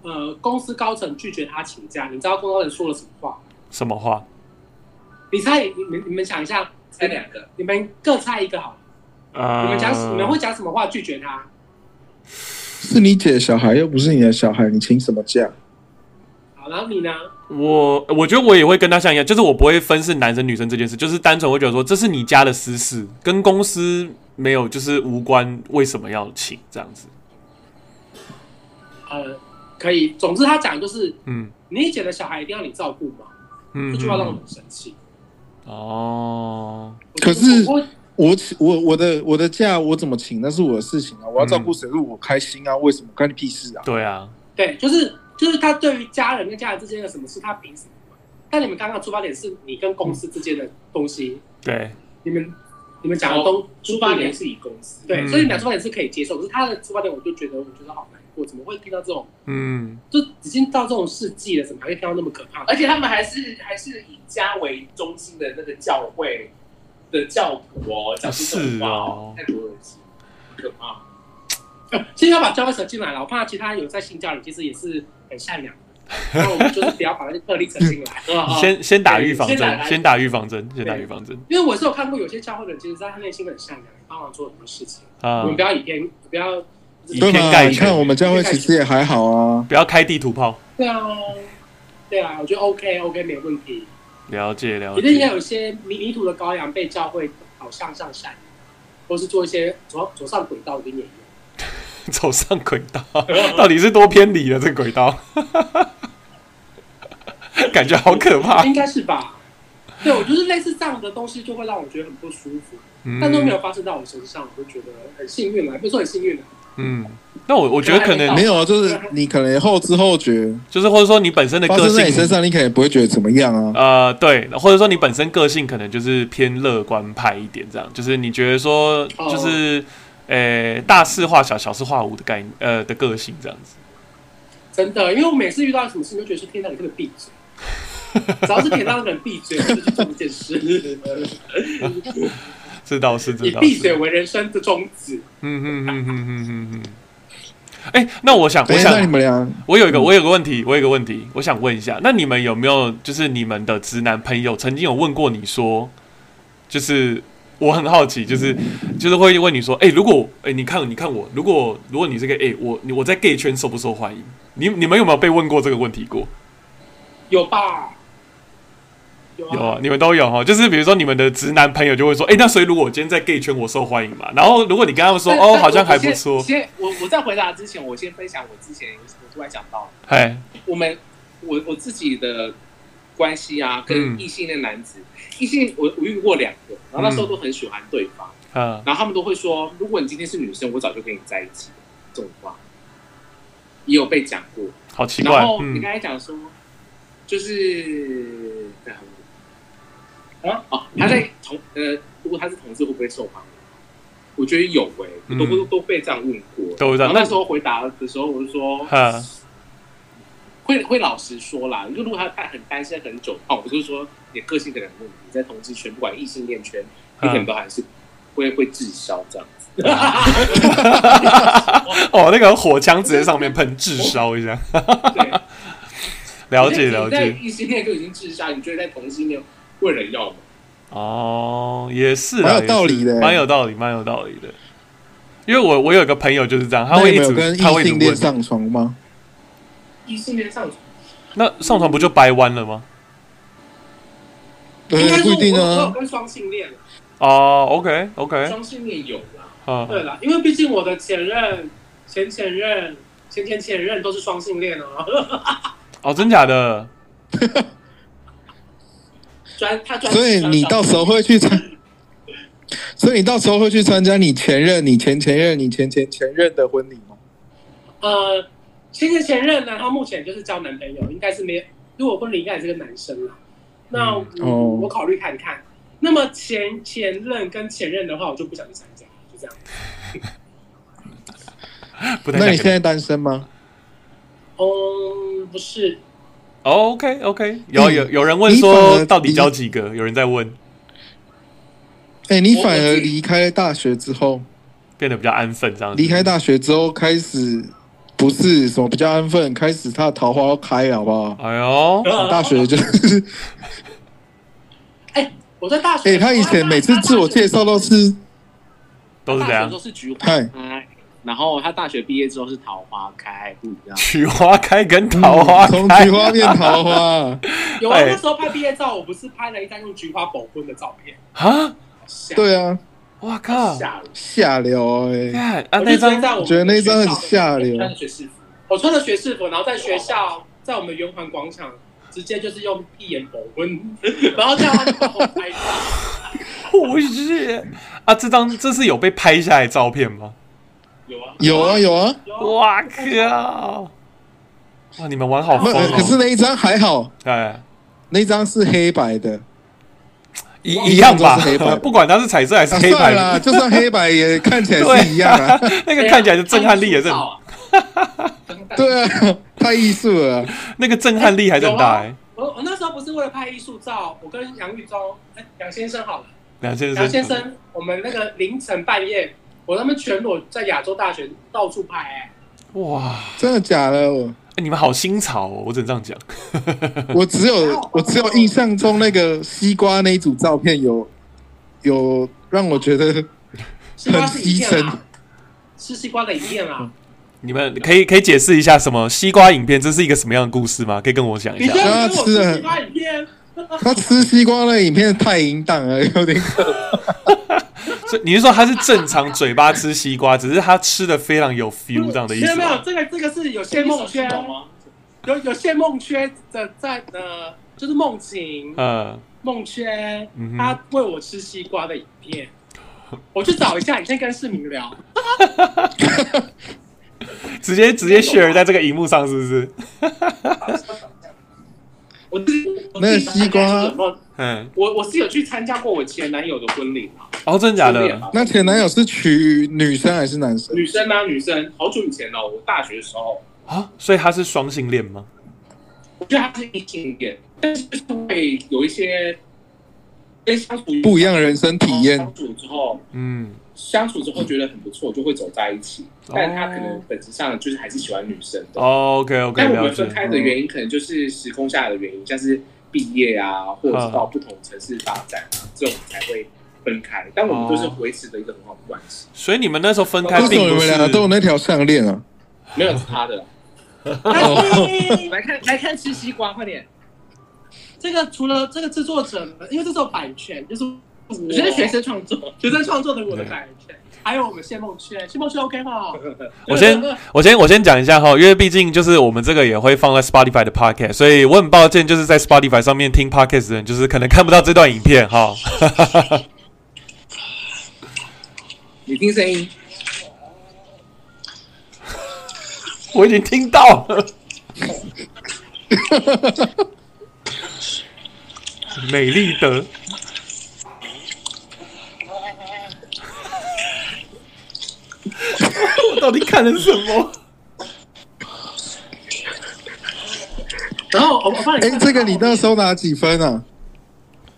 呃，公司高层拒绝她请假，你知道公司高层说了什么话吗？
什么话？
你猜，你们你们想一下，
才两个，
你们各猜一个好了。
啊，
你们讲，你们会讲什么话拒绝他？
是你姐的小孩，又不是你的小孩，你请什么假？
好，然后你呢？
我我觉得我也会跟他像一样，就是我不会分是男生女生这件事，就是单纯会觉得说这是你家的私事，跟公司没有就是无关，为什么要请这样子？
呃，可以。总之，他讲的就是
嗯
你姐的小孩一定要你照顾嘛，
嗯，
这句话让我
嗯
很生气。
哦，
可是
我
我请我我的我的假我怎么请那是我的事情啊，我要照顾谁是我开心啊，为什么干你屁事啊？
对啊，
对，就是就是他对于家人跟家人之间的什么事，他凭什么？但你们刚刚的出发点是你跟公司之间的东西，
对，
你们你们讲的都
哦出发点是以公司，
对，
嗯
所以你们俩出发点是可以接受，可是他的出发点我就觉得我觉得好难过，怎么会听到这种？
嗯，
就已经到这种世纪了，怎么还会听到那么可怕的？
而且他们还是还是以家为中心的那个教会的教谱哦，讲出这种话
哦
太多人心，可怕。
呃其实要把教会扯进来了，我怕其他有在信教的人其实也是很善 良的，那我们就是不要把那些特例扯进来。
啊啊
先先打预防
先打
针，先打预防针，先打
对
预防针
因为我是有看过有些教会的人，其实他内心很善良，帮忙做很多事情。
啊
我！们不要以偏，不要
以
对
偏
嘛？
概
你看
全
我们教会其实也还好啊，
不要开地图炮，
对啊，对啊，我觉得 OK OK 没问题。
了解了
一定应该
解，
有一些迷迷途的羔羊被教会导向上善，或是做一些走走上轨道的演员。
走上轨道，到底是多偏离了这轨道？ 感觉好可怕，
应该是吧？对，我就是类似这样的东西，就会让我觉得很不舒服，
嗯
但都没有发生在我身上，我就觉得很幸运了，不是说很幸运了，
嗯，那我我觉得可能
没有啊，就是你可能后知后觉
就是或者说你本身的
发
个
生在你
性
身，上，你可能不会觉得怎么样啊。
呃，对，或者说你本身个性可能就是偏乐观派一点，这样，就是你觉得说
哦
就是。呃，大事化小，小事化无的概念，呃的个性这样子，
真的，因为我每次遇到什么事，就觉得是天让你这个闭嘴。只要是可以让人闭嘴，我就是做一件事。
这倒是这
以
倒
闭
是。
嘴为人生的宗旨。
嗯嗯嗯嗯嗯嗯嗯。哎、那我想，我
哎，那你
想，
们俩
我有一个，我有个问题，我有个问题，我想问一下，那你们有没有就是你们的直男朋友曾经有问过你说，就是我很好奇，就是就是会问你说，哎、如果哎、你看你看我，如果如果你这个哎、我你我在 gay 圈受不受欢迎？你你们有没有被问过这个问题过？
有吧？有
有
啊，
啊，你们都有哈，就是比如说你们的直男朋友就会说，哎、那所以如果我今天在 gay 圈我受欢迎嘛，然后如果你跟他们说，
但
哦，
但
好像
我
还不
先
错，
先我我在回答之前，我先分享我之前我突然想到，
哎，
我们我我自己的关系啊，跟
嗯
异性恋男子，异性我我遇过两个，然后那时候都很喜欢对方，
嗯
然后他们都会说，如果你今天是女生，我早就跟你在一起了这种话，也有被讲过。
好奇怪
然，后你
嗯
刚才讲说，就是啊哦，他
嗯
在同呃，如果他是同志，会不会受伤？我觉得有诶、
嗯
都会、都被这样问过。
都会这样
然后那
那
时候回答的时候，我就说
哈。
会会老实说啦，就如果他他很单身很久的话，我就说你的个性可能有问题，你在同志圈，不管异性恋圈，你可能都还是会会滞销这样子。
哦，那个火枪直接上面喷，炙烧一下。
对，
了解
你在
了
你在
解。
异性恋就已经滞销，你觉得在同性恋会有人要吗？
哦，也是啦，
蛮有道理的欸
也是蛮有道理，蛮有道理的。因为我我有一个朋友就是这样，他
那
会
你
一
们有
直
跟
他会
异
一直
性恋
问，
上床吗？
异性恋上床
那上床不就掰弯了吗？
应该
对，
说
不一定
我我有
啊。哎
跟双性恋，
哦，OK OK，
双性恋有啦，
啊，
对啦，因为毕竟我的前任、前前任、前前前任都是双性恋 哦。
哦，真假的？
专他专
所以你到时候会去参， 所以你到时候会去参加你前任、你前前任、你前前前任的婚礼吗？
呃，前前前任呢，他目前就是交男朋友，应该是没有，因为我婚礼应该也是个男生啦。那我、
嗯哦
我考虑看看。那么前前任跟前任的话，我就不想去参加，就这样。
不太
那
想
你
跟
现在单身吗？
嗯，不是，
哦，OK OK，有有有人问
你反
说
而
到底交几个？有人在问，
哎、你
我
反
我
而
自己
离开大学之后，
变得比较安分这样子。
离开大学之后开始不是什么比较安分，开始他的桃花开，好不 好？
哎呦，
呃
大学就是，
哎、我在大学，
哎、他以前每次自我介绍都是，
都是这
大学
样
都，是菊花
嗨，
开，然后他大学毕业之后是桃花开，不一样。
菊花开跟桃花
嗯从
开
菊，花变桃花，
有啊，
哎
那时候拍毕业照，我不是拍了一张用菊花保婚的照片，
啊，
吓
对啊，
哇靠！
吓人。
下流哎、
看啊，
我就
那
直接
张
在我
我
们
觉得那张很
学校的
下流，
穿着学士服，
我穿着学士服，然后在学校，在我们圆环广场，直接就是用一眼保温， 然后这样他就帮我拍照。
我去啊！这张这是有被拍下来的照片吗？
有啊，
有啊有啊，
有啊
哇靠！哇，你们玩好疯
没呃有，可是
哦！
那一张还好，
哎，
那一张是黑白的，
一一样吧
我忘记是黑白，
不管它是彩色还是
啊
黑白
算了 啦，
的，
就算黑白也看起来是一样啊。
那个 看起来的震撼力也是
很
很，
大。对啊，
对啊，太艺术了啊。
那个震撼力还是很大哎。
我我那时候不是为了拍艺术照，我跟杨玉忠、哎杨先生好了，
梁先生，
杨先，生，我们那个凌晨半夜，我他们全裸在亚洲大学到处拍、哎
哇，
真的假的？我
哎你们好新潮哦！我只能这样讲。
我只有我只有印象中那个西瓜那一组照片有有让我觉得
西瓜是影片
很牺牲
啊，吃西瓜的影片 啊，
你们可以可以解释一下什么西瓜影片？这是一个什么样的故事吗？可以跟我讲一
你
下
这。样
啊
子给我
吃
吃
啊
西瓜影片，
他吃西瓜那影片太淫荡了，有点可
所以你是说他是正常嘴巴吃西瓜，只是他吃的非常有 feel 这样的意
没
思
有没有，
吗？
这个这个是有谢梦
缺
圈，
吗？
有有谢梦圈的在呃，就是梦晴
嗯，
梦圈
嗯哼，
他喂我吃西瓜的影片。我去找一下，你先跟市民聊。
直接直接 share 在这个荧幕上，是不是？
我自己
那个西瓜啊
嗯，
我我是有去参加过我前男友的婚礼啊，
哦，真的假
初恋
的
吧？
那前男友是娶女生还是男生？
女生啊女生，好久以前哦，我大学的时候，
啊，所以他是双性恋吗？
我觉得他是异性恋，但是就是会有一些跟相处
不一样的人生体验
相。处之后，
嗯，
相处之后觉得很不错，就会走在一起，但他可能本质上就是还是喜欢女生的。
哦，OK OK，
哎但我
了
们
解
分。开的原因可能就是时空下的原因，像是毕业啊，或者是到不同城市发展啊，这种才会分开。但我们就是维持着一个很好的关系，
所以你们那时候分开
为什么
并
你
不
们两个都有
是
那条项链啊？
没有他的啦。
来看来看吃西瓜，快点！
这个除了这个制作者，因为这是有版权，就是我
我觉得学生创作，
学生创作的我的版权，还有我们谢梦圈，谢梦圈 OK 哈？
我先我先我先讲一下哈，因为毕竟就是我们这个也会放在 Spotify 的 podcast，所以我很抱歉，就是在 Spotify 上面听 podcast 的人，就是可能看不到这段影片哈。
你听声音，
我已经听到了。美丽的， 我到底看了什么？
然后我我帮你
哎
看，，
这个你那时候拿几分啊？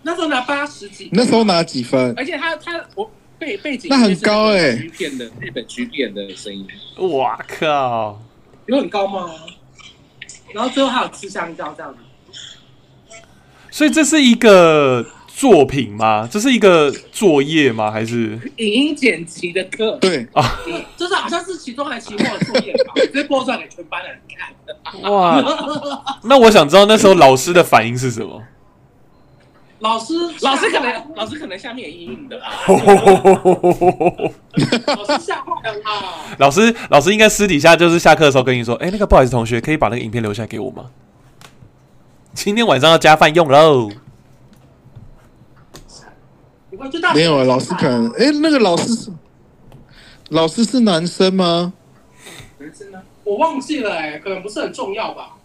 那时候拿八十几
你，那时候拿几分？
而且他他我背背景
那很高欸
橘片的日本橘片的声音，
哇靠！
有很高吗？然后最后还有吃香蕉这样子，
所以这是一个作品吗？这是一个作业吗？还是
影音剪辑的课，
对，
就是好像是期中还期末的作业吧，直接播出来给全班的人看。
哇？那我想知道那时候老师的反应是什 么？
老师，
老师可能老师可能下面也硬硬 的啦，
老师吓坏了啦。
老师，老师应该私底下就是下课的时候跟你说，哎、那个不好意思，同学，可以把那个影片留下来给我吗？今天晚上要加饭用喽。
你会就大
没有啊，老师可能，哎，那个老师是老师是男生吗？
男生呢？
我忘记了哎、可能不是很重要吧。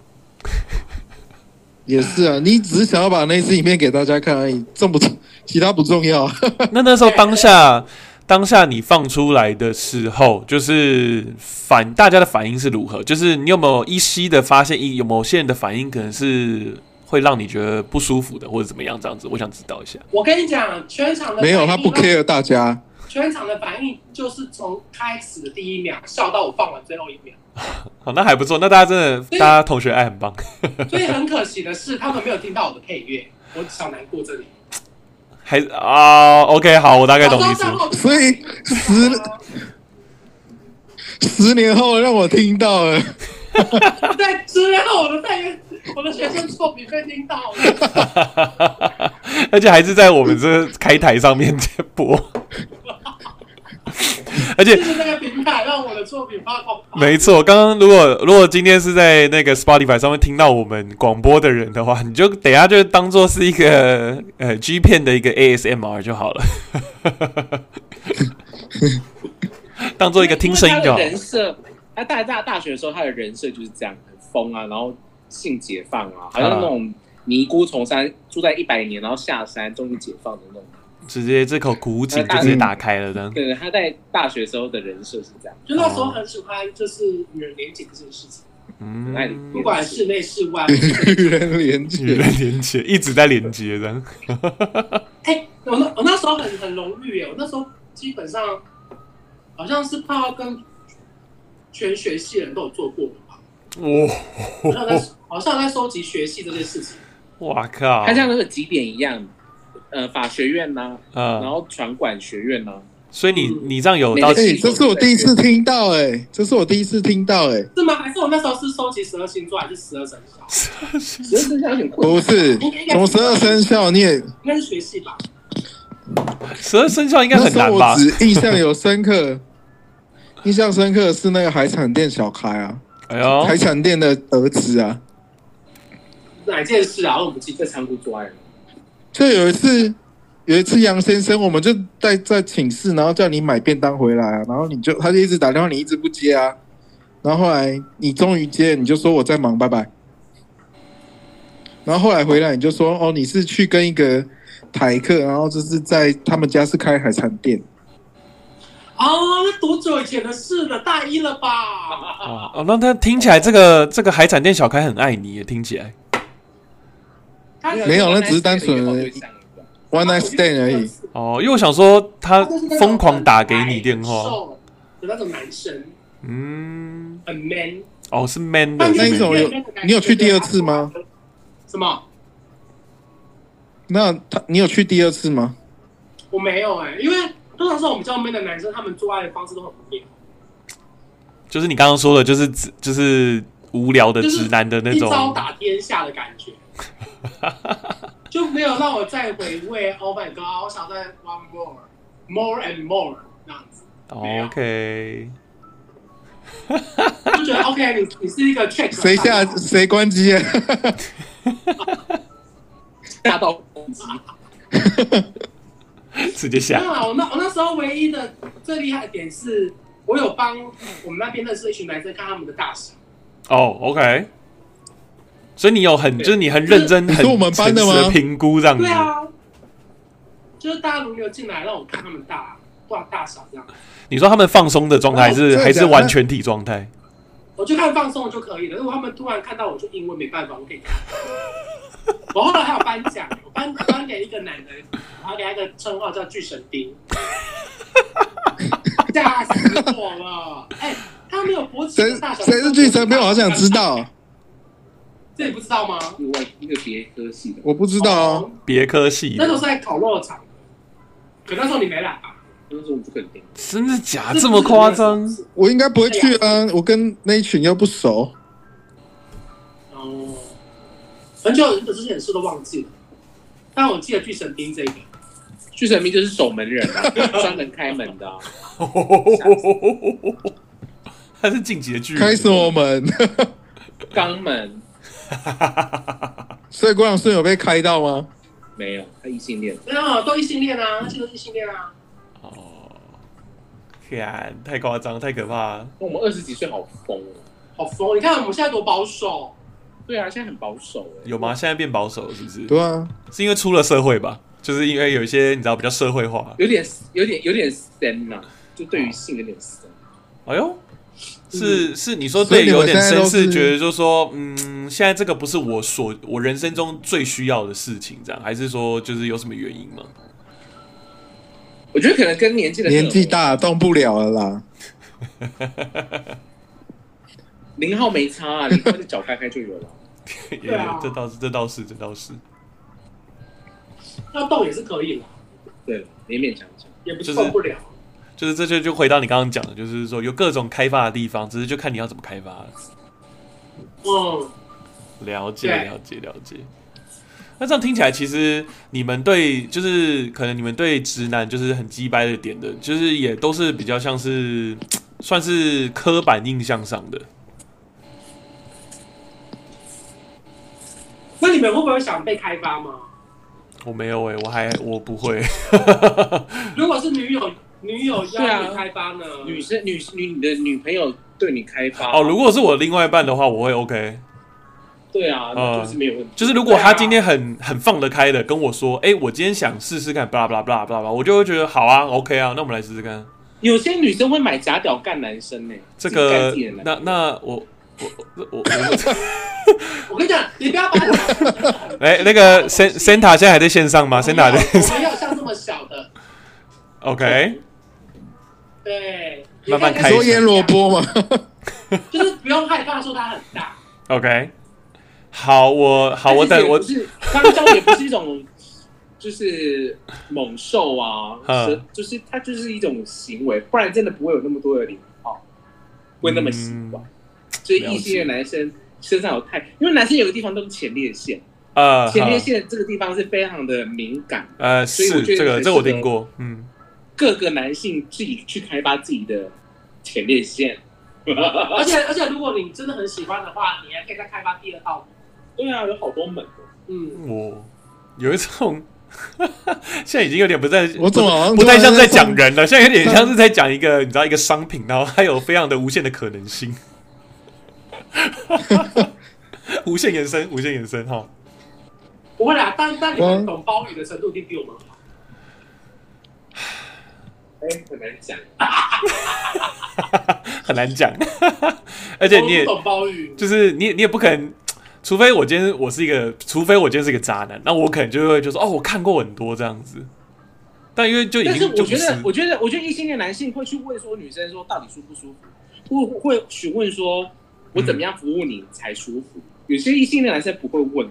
也是啊，你只是想要把那支影片给大家看而已，重不重？其他不重要。
那那时候当下， 当下你放出来的时候，就是反大家的反应是如何？就是你有没有依稀的发现，一有某些人的反应可能是会让你觉得不舒服的，或者怎么样这样子？我想知道一下。
我跟你讲，全场的
没有，
反
他
应
不 care 大家。
全场的反应就是从开始的第一秒笑到我放完最后 一秒，
好，那还不错，那大家真的，大家同学爱很棒。
所以很可惜的是，他们没有听到我的配乐，我小难过这里。
还啊、o k 好，我大概懂意思。
所以十十年后让我听到了，
在之后，我的配乐，我的学生作品被听到 了。
而且还是在我们这开台上面播， 而且
就是那个平台让我的作品发光发热。
没错，刚刚如果如果今天是在那个 Spotify 上面听到我们广播的人的话，你就等一下就当做是一个呃 G 片的一个 ASMR 就好了， 当做一个听声音就好
因为他的人设，他大大大学的时候，他的人设就是这样，很风啊，然后性解放啊，好像那种尼姑从山住在一百年，然后下山终于解放的那种。
直接这口古井就直接打开了，这样。
呃对，他在大学时候的人设是这样，
就那时候很喜欢就是与人连结这件事情，
很爱
嗯，
你
不管室内室 外。
与人连
与
接，
人连接，一直在连接，这样。
哎，我那我那时候很很荣誉耶，我那时候基本上好像是快要跟全学系人都有做过吧，好像在
哇，
好像在收集学系这件事情。
哇靠！
他像那个几点一样，呃，法学院呐、然
嗯，
后传管学院呐、
所以你你这样有到
哎、
每个
这是我第一次听到、哎，这是我第一次听到、哎，
是吗？还是我那时候是收集十二星座还是十二生肖？
十二生肖有点困
不
难。
是，从十二生肖你也，
应该是学系吧？
十二生肖应该
那
很
时
难
候
吧
我？只印象有深刻，印象深刻的是那个海产店小开啊，
哎呦
海，产店的儿子啊，
哪件事啊？我们
自己在仓库
哦
抓人，
就有一次，有一次杨先生，我们就在在寝室，然后叫你买便当回来啊，然后你就他就一直打电话，你一直不接啊，然后后来你终于接了，你就说我在忙，拜拜。然后后来回来你就说哦，你是去跟一个台客，然后就是在他们家是开海产店，
哦，那多久以前的事了？大一了吧？
哦，哦那他听起来这个这个海产店小开很爱你耶，听起来。
他
没有那只是单纯的
对象
，one night stand 而已。。
哦，因为我想说他
哦
他就是那种
疯狂打给你电
很
话，
瘦的那种男生，
嗯，
很 man。
哦，是 man 的，
那一种有你有去第二次吗？
什么？
那他你有去第二次吗？
我没有哎、因为通常是我们叫 man 的男生，他们做爱的方式都很不妙，
就是你刚刚说的，就是直就是无聊的呃直男的那
一
种，
招打天下的感 觉，就没有让我再回味。Oh my god！我想再 one more, more and more 那样子，
哦 OK，
就觉得 OK，你你是一个 check
谁下谁关机 啊？
大到攻击，
直接
没
下
有啊，我那我那时候唯一的最厉害的点是，我有帮我们那边认识一群男生看他们的大小，
哦，OK。所以你有很，就是你很认 真、
你
很
是我们班的吗
诚实评估这样子
对，啊，就是大家轮流进来让我看他们大多少大小这样，
你说他们放松的状态，还是
哦
还
真的假
是
的
完全体状态？
我就看放松就可以了。如果他们突然看到我就因为没办法，我给他。我后来还有颁奖，我颁颁给一个男人，然后给他一个称号叫巨神丁，吓死我了！哎、他没有勃起
谁
的大小，
谁是巨神兵？我好想知，道，
这你不知道吗？
另外一个别科系的，
我不知道哦。
别科系
那时候
的，
是在烤肉场，可那时候你没来吧？
那时候我不肯定。
真的假？啊这么夸张？
我应该不会去啊，我跟那一群又不熟。
哦，很久很久之前的事都忘记了，但我记得巨神兵这个，
巨神兵就是守门人啊， 专门开门的啊、
他是晋级的
嗯
巨人，
开什哦么门？
肛门
所以郭朗顺有被开到吗？
没有，他异性恋。
没有都异性恋啊，那些都是异性恋啊。
哦，天，太夸张，太可怕了。
我们二十几岁好疯哦。
好疯！你看我们现在多保守，
对啊，现在很保守哎、
有吗？现在变保守了是不是？
对啊，
是因为出了社会吧？就是因为有一些你知道比较社会化。
有点有点有点深呐、就对于性有点深。
哎呦，是是，你说
所以
对，
你们
有点
现在
绅
都
士，
是
觉得就是说，嗯，现在这个不是我所我人生中最需要的事情，这样还是说就是有什么原因吗？
我觉得可能跟年纪的
年纪，大动不了了啦。
零号没差啊，零号就脚开开就有了。
也
对啊
这倒是，这倒是，这倒是，
要动也是可以的，
对了，勉勉强强。
也不
就是是
动不了。
就是这就就回到你刚刚讲的，就是说有各种开发的地方，只是就看你要怎么开发了。
嗯，
了解，
对
了解，了解。那这样听起来，其实你们对就是可能你们对直男就是很鸡掰的点的，就是也都是比较像是算是刻板印象上的。
那你们会不会想被开发吗？
欸我没有哎、我还我不会。
如果是女友，女友
对
要
啊
你开发呢？
女生女女你的女朋友对你开发
哦，如果是我另外一半的话，我会 OK。
对啊，那就是没有问题。
呃就是如果他今天很很放得开的跟我说，哎、我今天想试试看，巴拉巴拉巴拉巴拉，我就会觉得好啊，OK 啊，那我们来试试看。
有些女生会买假屌干男生呢、欸
这
自己
个
干自己的男
那那我我我我 我，
我跟你讲，你不要把它想
哎、那个 Sen Senta 现在还在线上吗？Senta 还在线
我
上
们要像这么小的，
哦
，OK，
对，
慢慢开
你
始
说腌萝，卜 吗？
就是不用害怕说它很大，
OK，好，我好，
但
我
是
等
也
我
不是香蕉也不是一种就是猛兽啊，
嗯
蛇就是它就是一种行为，不然真的不会有那么多的礼貌，不会那么习惯。
嗯
所以异性恋男生身上有太，因为男生有个地方都是前列腺，
呃
前
好
列腺这个地方是非常的敏感，
呃
所以我
是
觉得
这个
很
这个我
适合
听过，嗯，
各个男性自己去开发自己的前列腺。
而且而且如果你真的很喜欢的话，你还可以再开发第二道。
对啊，有好多门哦。
嗯，
我有一种 现在已经有点不在，
我怎么好像
不太像在讲
突然嗯
人了，现在有点像是在讲一个你知道一个商品，然后它有非常的无限的可能性， 无限延伸，无限延伸哈。
不会啦，但但你
嗯
们懂包语的程度一定比我们好。
哎，很难讲。
很难讲， 而且你也
哦
我不懂包语，
就是你也你也不可能，除非我今天我是一个，除非我今天是一个渣男，那我可能就会就说哦，我看过很多这样子。但因为就已
但是
经
我
就不
觉得
是，
我觉得，我觉得异性恋男性会去问说女生说到底舒不舒服，会会询问说我
嗯
怎么样服务你才舒服。有些异性恋男生不会问，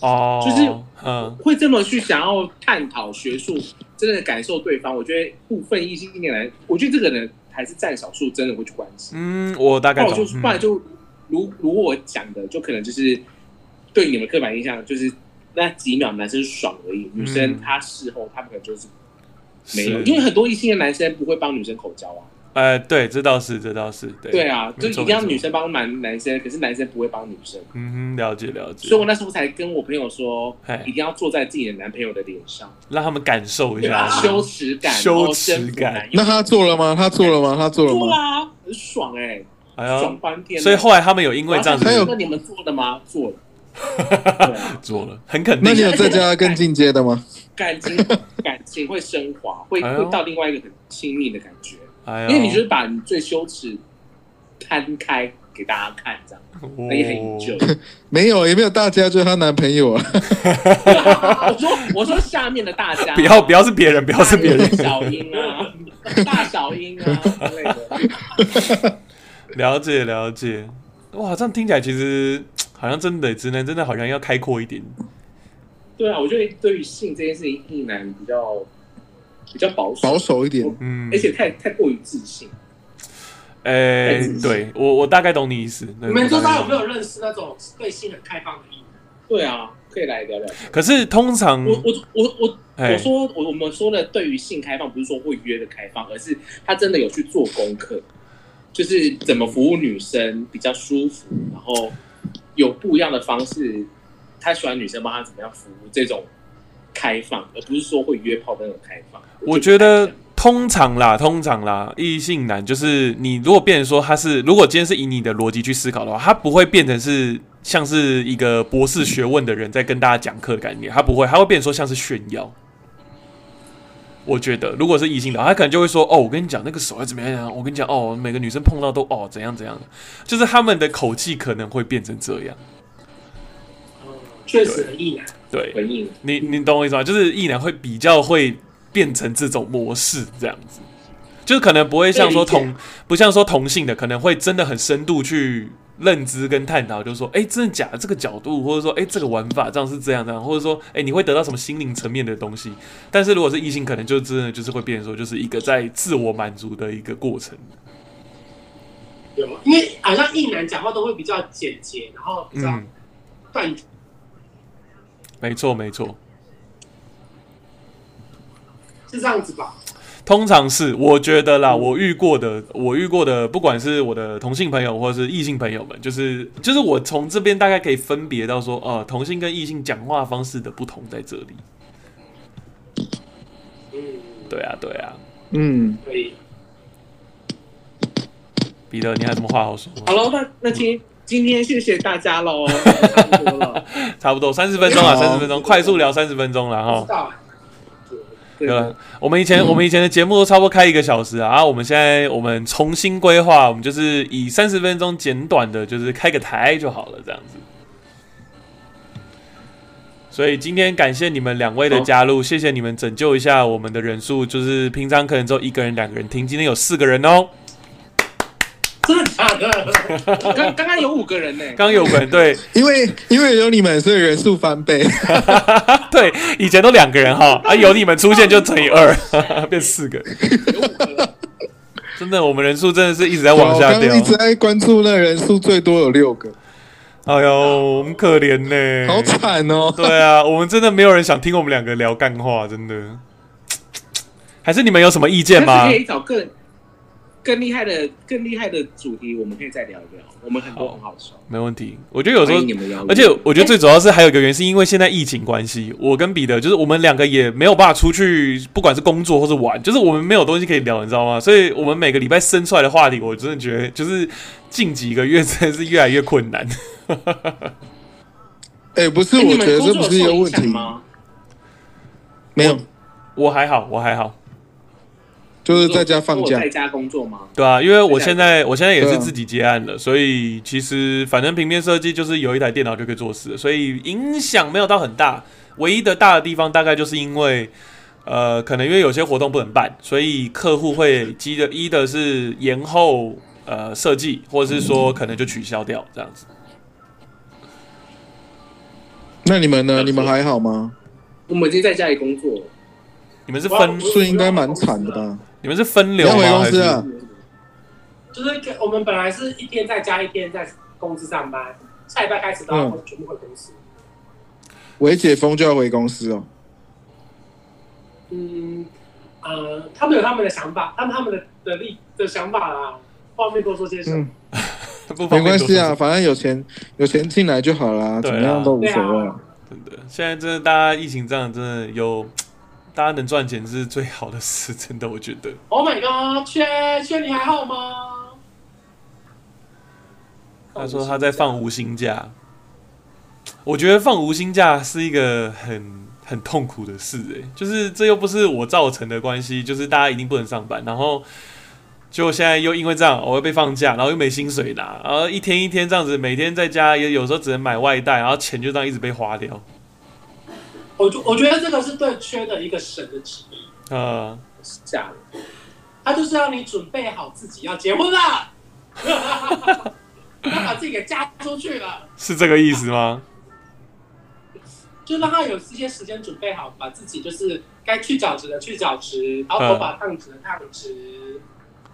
哦，
就是
嗯
会这么去想要探讨学术，真的感受对方。我觉得部分异性恋男，我觉得这个人还是占少数，真的会去关心。
嗯，我大
那
概
我
懂
哦就，
嗯
不然就如如我讲的，就可能就是对你们刻板印象就是那几秒男生爽而已，女生
嗯
她事后他们可能就是
是
没有，因为很多异性恋男生不会帮女生口交啊。
呃，对，这倒是，这倒是，对，
对啊，就
没
一
错
定要
没错
女生帮男男生，可是男生不会帮女生，
嗯哼，了解了解
所以，我那时候才跟我朋友说
嗨，
一定要坐在自己的男朋友的脸上，
让他们感受一下
把羞耻感、哦
羞耻感
然后征服男友
那他做了吗？他做了吗？他做了
做
吗？
啦，很爽哎，
哎
爽
呦，
翻天了。
所以后来他们有因为这样
还有
子
那你们做了吗？做了。 对啊，
做了，很肯
那你
定
有再加更进阶的 吗？
感情感情会升华，会
哎呦
会到另外一个很亲密的感觉，
哎
因
呦，
为你就是把你最羞耻摊开给大家看，这样那也很
哦
enjoy。
没有，也没有大家，就是她男朋友啊。
哦
我说我说下面的大 家，
不要不要是别人，不要是别人，
小英啊， 大小英啊之类的。
了解了解，哇，这样听起来其实好像真的直男真的好像要开阔一点，
对啊，我觉得对于性这件事情，一男比较比较保守，
保守一点，
嗯，
而且太太过于自信。
诶、对我我大概懂你意思。对
你们
我
桌
大概
上
懂
有没有认识那种对性很开放的异男？
对啊，可以来聊聊。
可是通常
我我我我
嗯哎
我说我我们说的对于性开放，不是说会约的开放，而是他真的有去做功课，就是怎么服务女生比较舒服，然后有不一样的方式，他喜欢女生帮他怎么样服务这种开放，而不是说会约炮的那种开放。
我觉
就不太
得
想
通常啦，通常啦，异性男就是你如果变成说他是，如果今天是以你的逻辑去思考的话，他不会变成是像是一个博士学问的人在跟大家讲课的概念，他不会，他会变成说像是炫耀。我觉得，如果是异性的话，他可能就会说：“哦，我跟你讲，那个手要怎么样怎么样？我跟你讲，哦，每个女生碰到都哦怎样怎样。”就是他们的口气可能会变成这样。
嗯，确实很异男。
对，
回应，
你你懂我意思吗？就是异男会比较会变成这种模式这样子，就是可能不会像说
可以理
同不像说同性的，可能会真的很深度去认知跟探讨，就是说，哎、真的假的？这个角度，或者说，哎、这个玩法这样是这样这样，或者说，哎、你会得到什么心灵层面的东西？但是如果是异性，可能就真的就是会变成说，就是一个在自我满足的一个过程。
有吗，因为好像异男讲话都会比较简洁，然后比较
嗯，
断句。
没错没错。
是这样子吧？
通常是我觉得啦，我遇过的，我遇过的，不管是我的同性朋友或者是异性朋友们，就是就是我从这边大概可以分别到说，呃，同性跟异性讲话方式的不同在这里。
嗯，
对啊，对啊，
嗯，
所以
彼得，你还有什么话好说吗？
好喽，那那今今天谢谢大 家喽，差不多了，
差不多三十分钟啊，
好
三十分钟，快速聊三十分钟了
不
哈
知。道啊，
对
对
了，我们以
嗯
前、我们以前的节目都差不多开一个小时啊，啊我们现在我们重新规划，我们就是以三十分钟简短的，就是开个台就好了，这样子。所以今天感谢你们两位的加入，谢谢你们拯救一下我们的人数，就是平常可能只有一个人、两个人听，今天有四个人哦。
真的假的？
啊刚刚刚有五个 人呢、
刚刚有个人对
因为因为有你们，所以人数翻 倍。
对，以前都两个人哈，啊有你们出现就乘以二， 变四 个。
有五个人，
真的，我们人数真的是一直在往
我
下
刚
掉
刚一。直在关注那人数最多有六个，
哎呦，我们可怜呢、
嗯
好惨哦。
对啊，我们真的没有人想听我们两个聊干话，真的。还是你们有什么意见吗
但是可？以找更更厉害的、更厉害的主题，我们可以再聊一聊。我们很多
好
很好笑，
没问题。我觉得有时
欢
候
迎，你们邀约。
而且我觉得最主要是还有一个原因，是因为现在疫情关系，我跟彼得就是我们两个也没有办法出去，不管是工作或是玩，就是我们没有东西可以聊，你知道吗？所以我们每个礼拜生出来的话题，我真的觉得就是近几个月真的是越来越困难。
哎，不是，
哎
我
你
觉
们
得这
工
不
作
是一
有
个
受影
问
响
题，
吗？
没有，
我还好，我还好。
就是在家放
我
假
在。家工作吗？
对啊，因为我现在我现在也
对
是
啊
自己接案了，所以其实反正平面设计就是有一台电脑就可以做事了，所以影响没有到很大。唯一的大的地方大概就是因为，呃，可能因为有些活动不能办，所以客户会积的一的是延后呃设计，或者是
嗯
说可能就取消掉这样子。
那你们呢？你们还好吗？
我们已经在家里工作了，
你们是分
我
所以应该蛮惨的吧？
你们是分
你
流
要回
吗？
公
还
司
是
啊？
就是跟我们本来是一天在家，一天在公司上班，下礼拜开始都
嗯
要全部回公司。
微解封就要回公司哦。
嗯，呃，他们有他们的想法，他们他们的的立的想法啦，不方便多说些什么。
嗯，
不方
没
便
关
多
系啊，
说，
反正有钱有钱进来就好啦，
对
怎
啊
么样都无所谓
对
啊
啊。
真的。现在真的大家疫情这样，真的有大家能赚钱是最好的事，真的我觉得。
Oh my god，圈圈你还好吗？
他说他在放无薪假，我觉得放无薪假是一个很很痛苦的事、欸，就是这又不是我造成的关系，就是大家一定不能上班，然后就现在又因为这样，我会被放假，然后又没薪水拿，然后一天一天这样子，每天在家也有时候只能买外带，然后钱就这样一直被花掉，
我觉我觉得这个是对缺的一个神的旨意，
呃，
下了。
他就是让你准备好自己要结婚了， 他把自己给嫁出去了，
是这个意思吗？
就让他有一些时间准备好，把自己就是该去角质的去角质，然后头发烫直的烫直，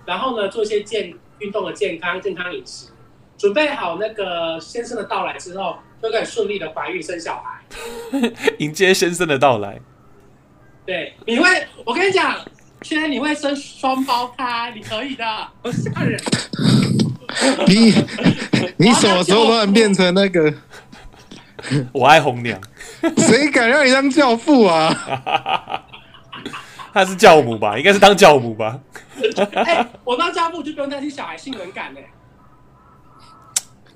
然后呢做一些健运动的健康健康饮食，准备好那个先生的到来之后，就可以顺利的怀孕生小孩。
迎接先生的到来，
对，你会，我跟你讲，现在你会生双胞胎，你可以的，不吓人。
你你 什么时候突然变成那 个？
我爱红娘，
谁敢让你当教父啊？
她是教母吧？应该是当教母吧？
哎、我当家父就不用担心小孩性冷感嘞、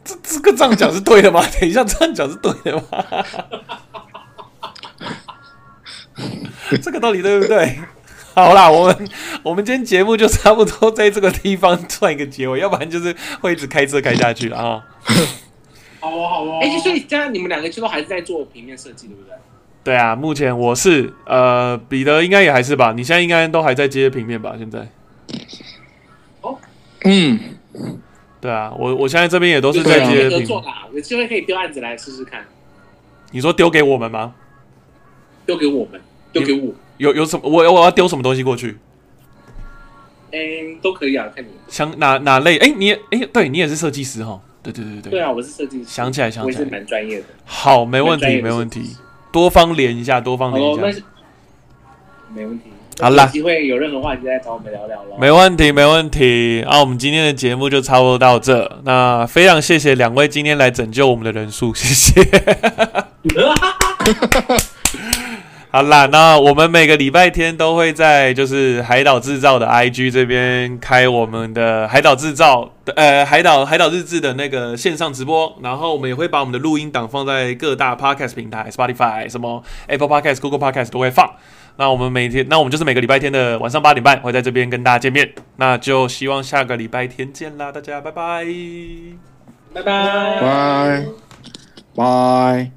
这这个这样讲是对的吗？ 等一下，这样讲是对的吗？ 这个道理对不对？ 好啦，我们我们今天节目就差不多在这个地方 算一个结尾，要不然就是会一直开车开下去了啊。
好哦，好哦。
哎、所以这样你们两个就都还是在做平面设计，对不对？
对啊，目前我是呃，彼得应该也还是吧，你现在应该都还在接平面吧？现在
嗯，
对啊，我我现在这边也都是
就
在接
是可以合
平
作
面。
啦，啊有机会可以丢案子来试试看，
你说丢给我们吗？
丢给我们，丢给我，
有有什么？我我要丢什么东西过去？嗯
哎、都可以啊，看你。
想哪哪类？哎、你也哎、对你也是设计师哈？对对对对
对啊，我是设计师，
想起来，想
我也
起
是
来，
蛮专业的。
好，没问
蛮专
题，
业的
没问题，多方连一下，多方
好
连
喽，那
一下，
是没问题。
好啦
有机会有任何话题再找我们聊聊喽。
没问题，没问题。啊，我们今天的节目就差不多到这，那非常谢谢两位今 天来拯救我们的人数，谢谢。好啦，那我们每个礼拜天都会在就是海岛制造的 IG 这边开我们的海岛制造的呃海岛海岛日志的那个线上直播，然后我们也会把我们的录音档放在各大 Podcast 平台，Spotify、什么 Apple Podcast、Google Podcast 都会放。那我们每天，那我们就是每个礼拜天的晚上八点半会在这边跟大家见面。那就希望下个礼拜天见啦，大家拜拜。
拜拜。
拜拜。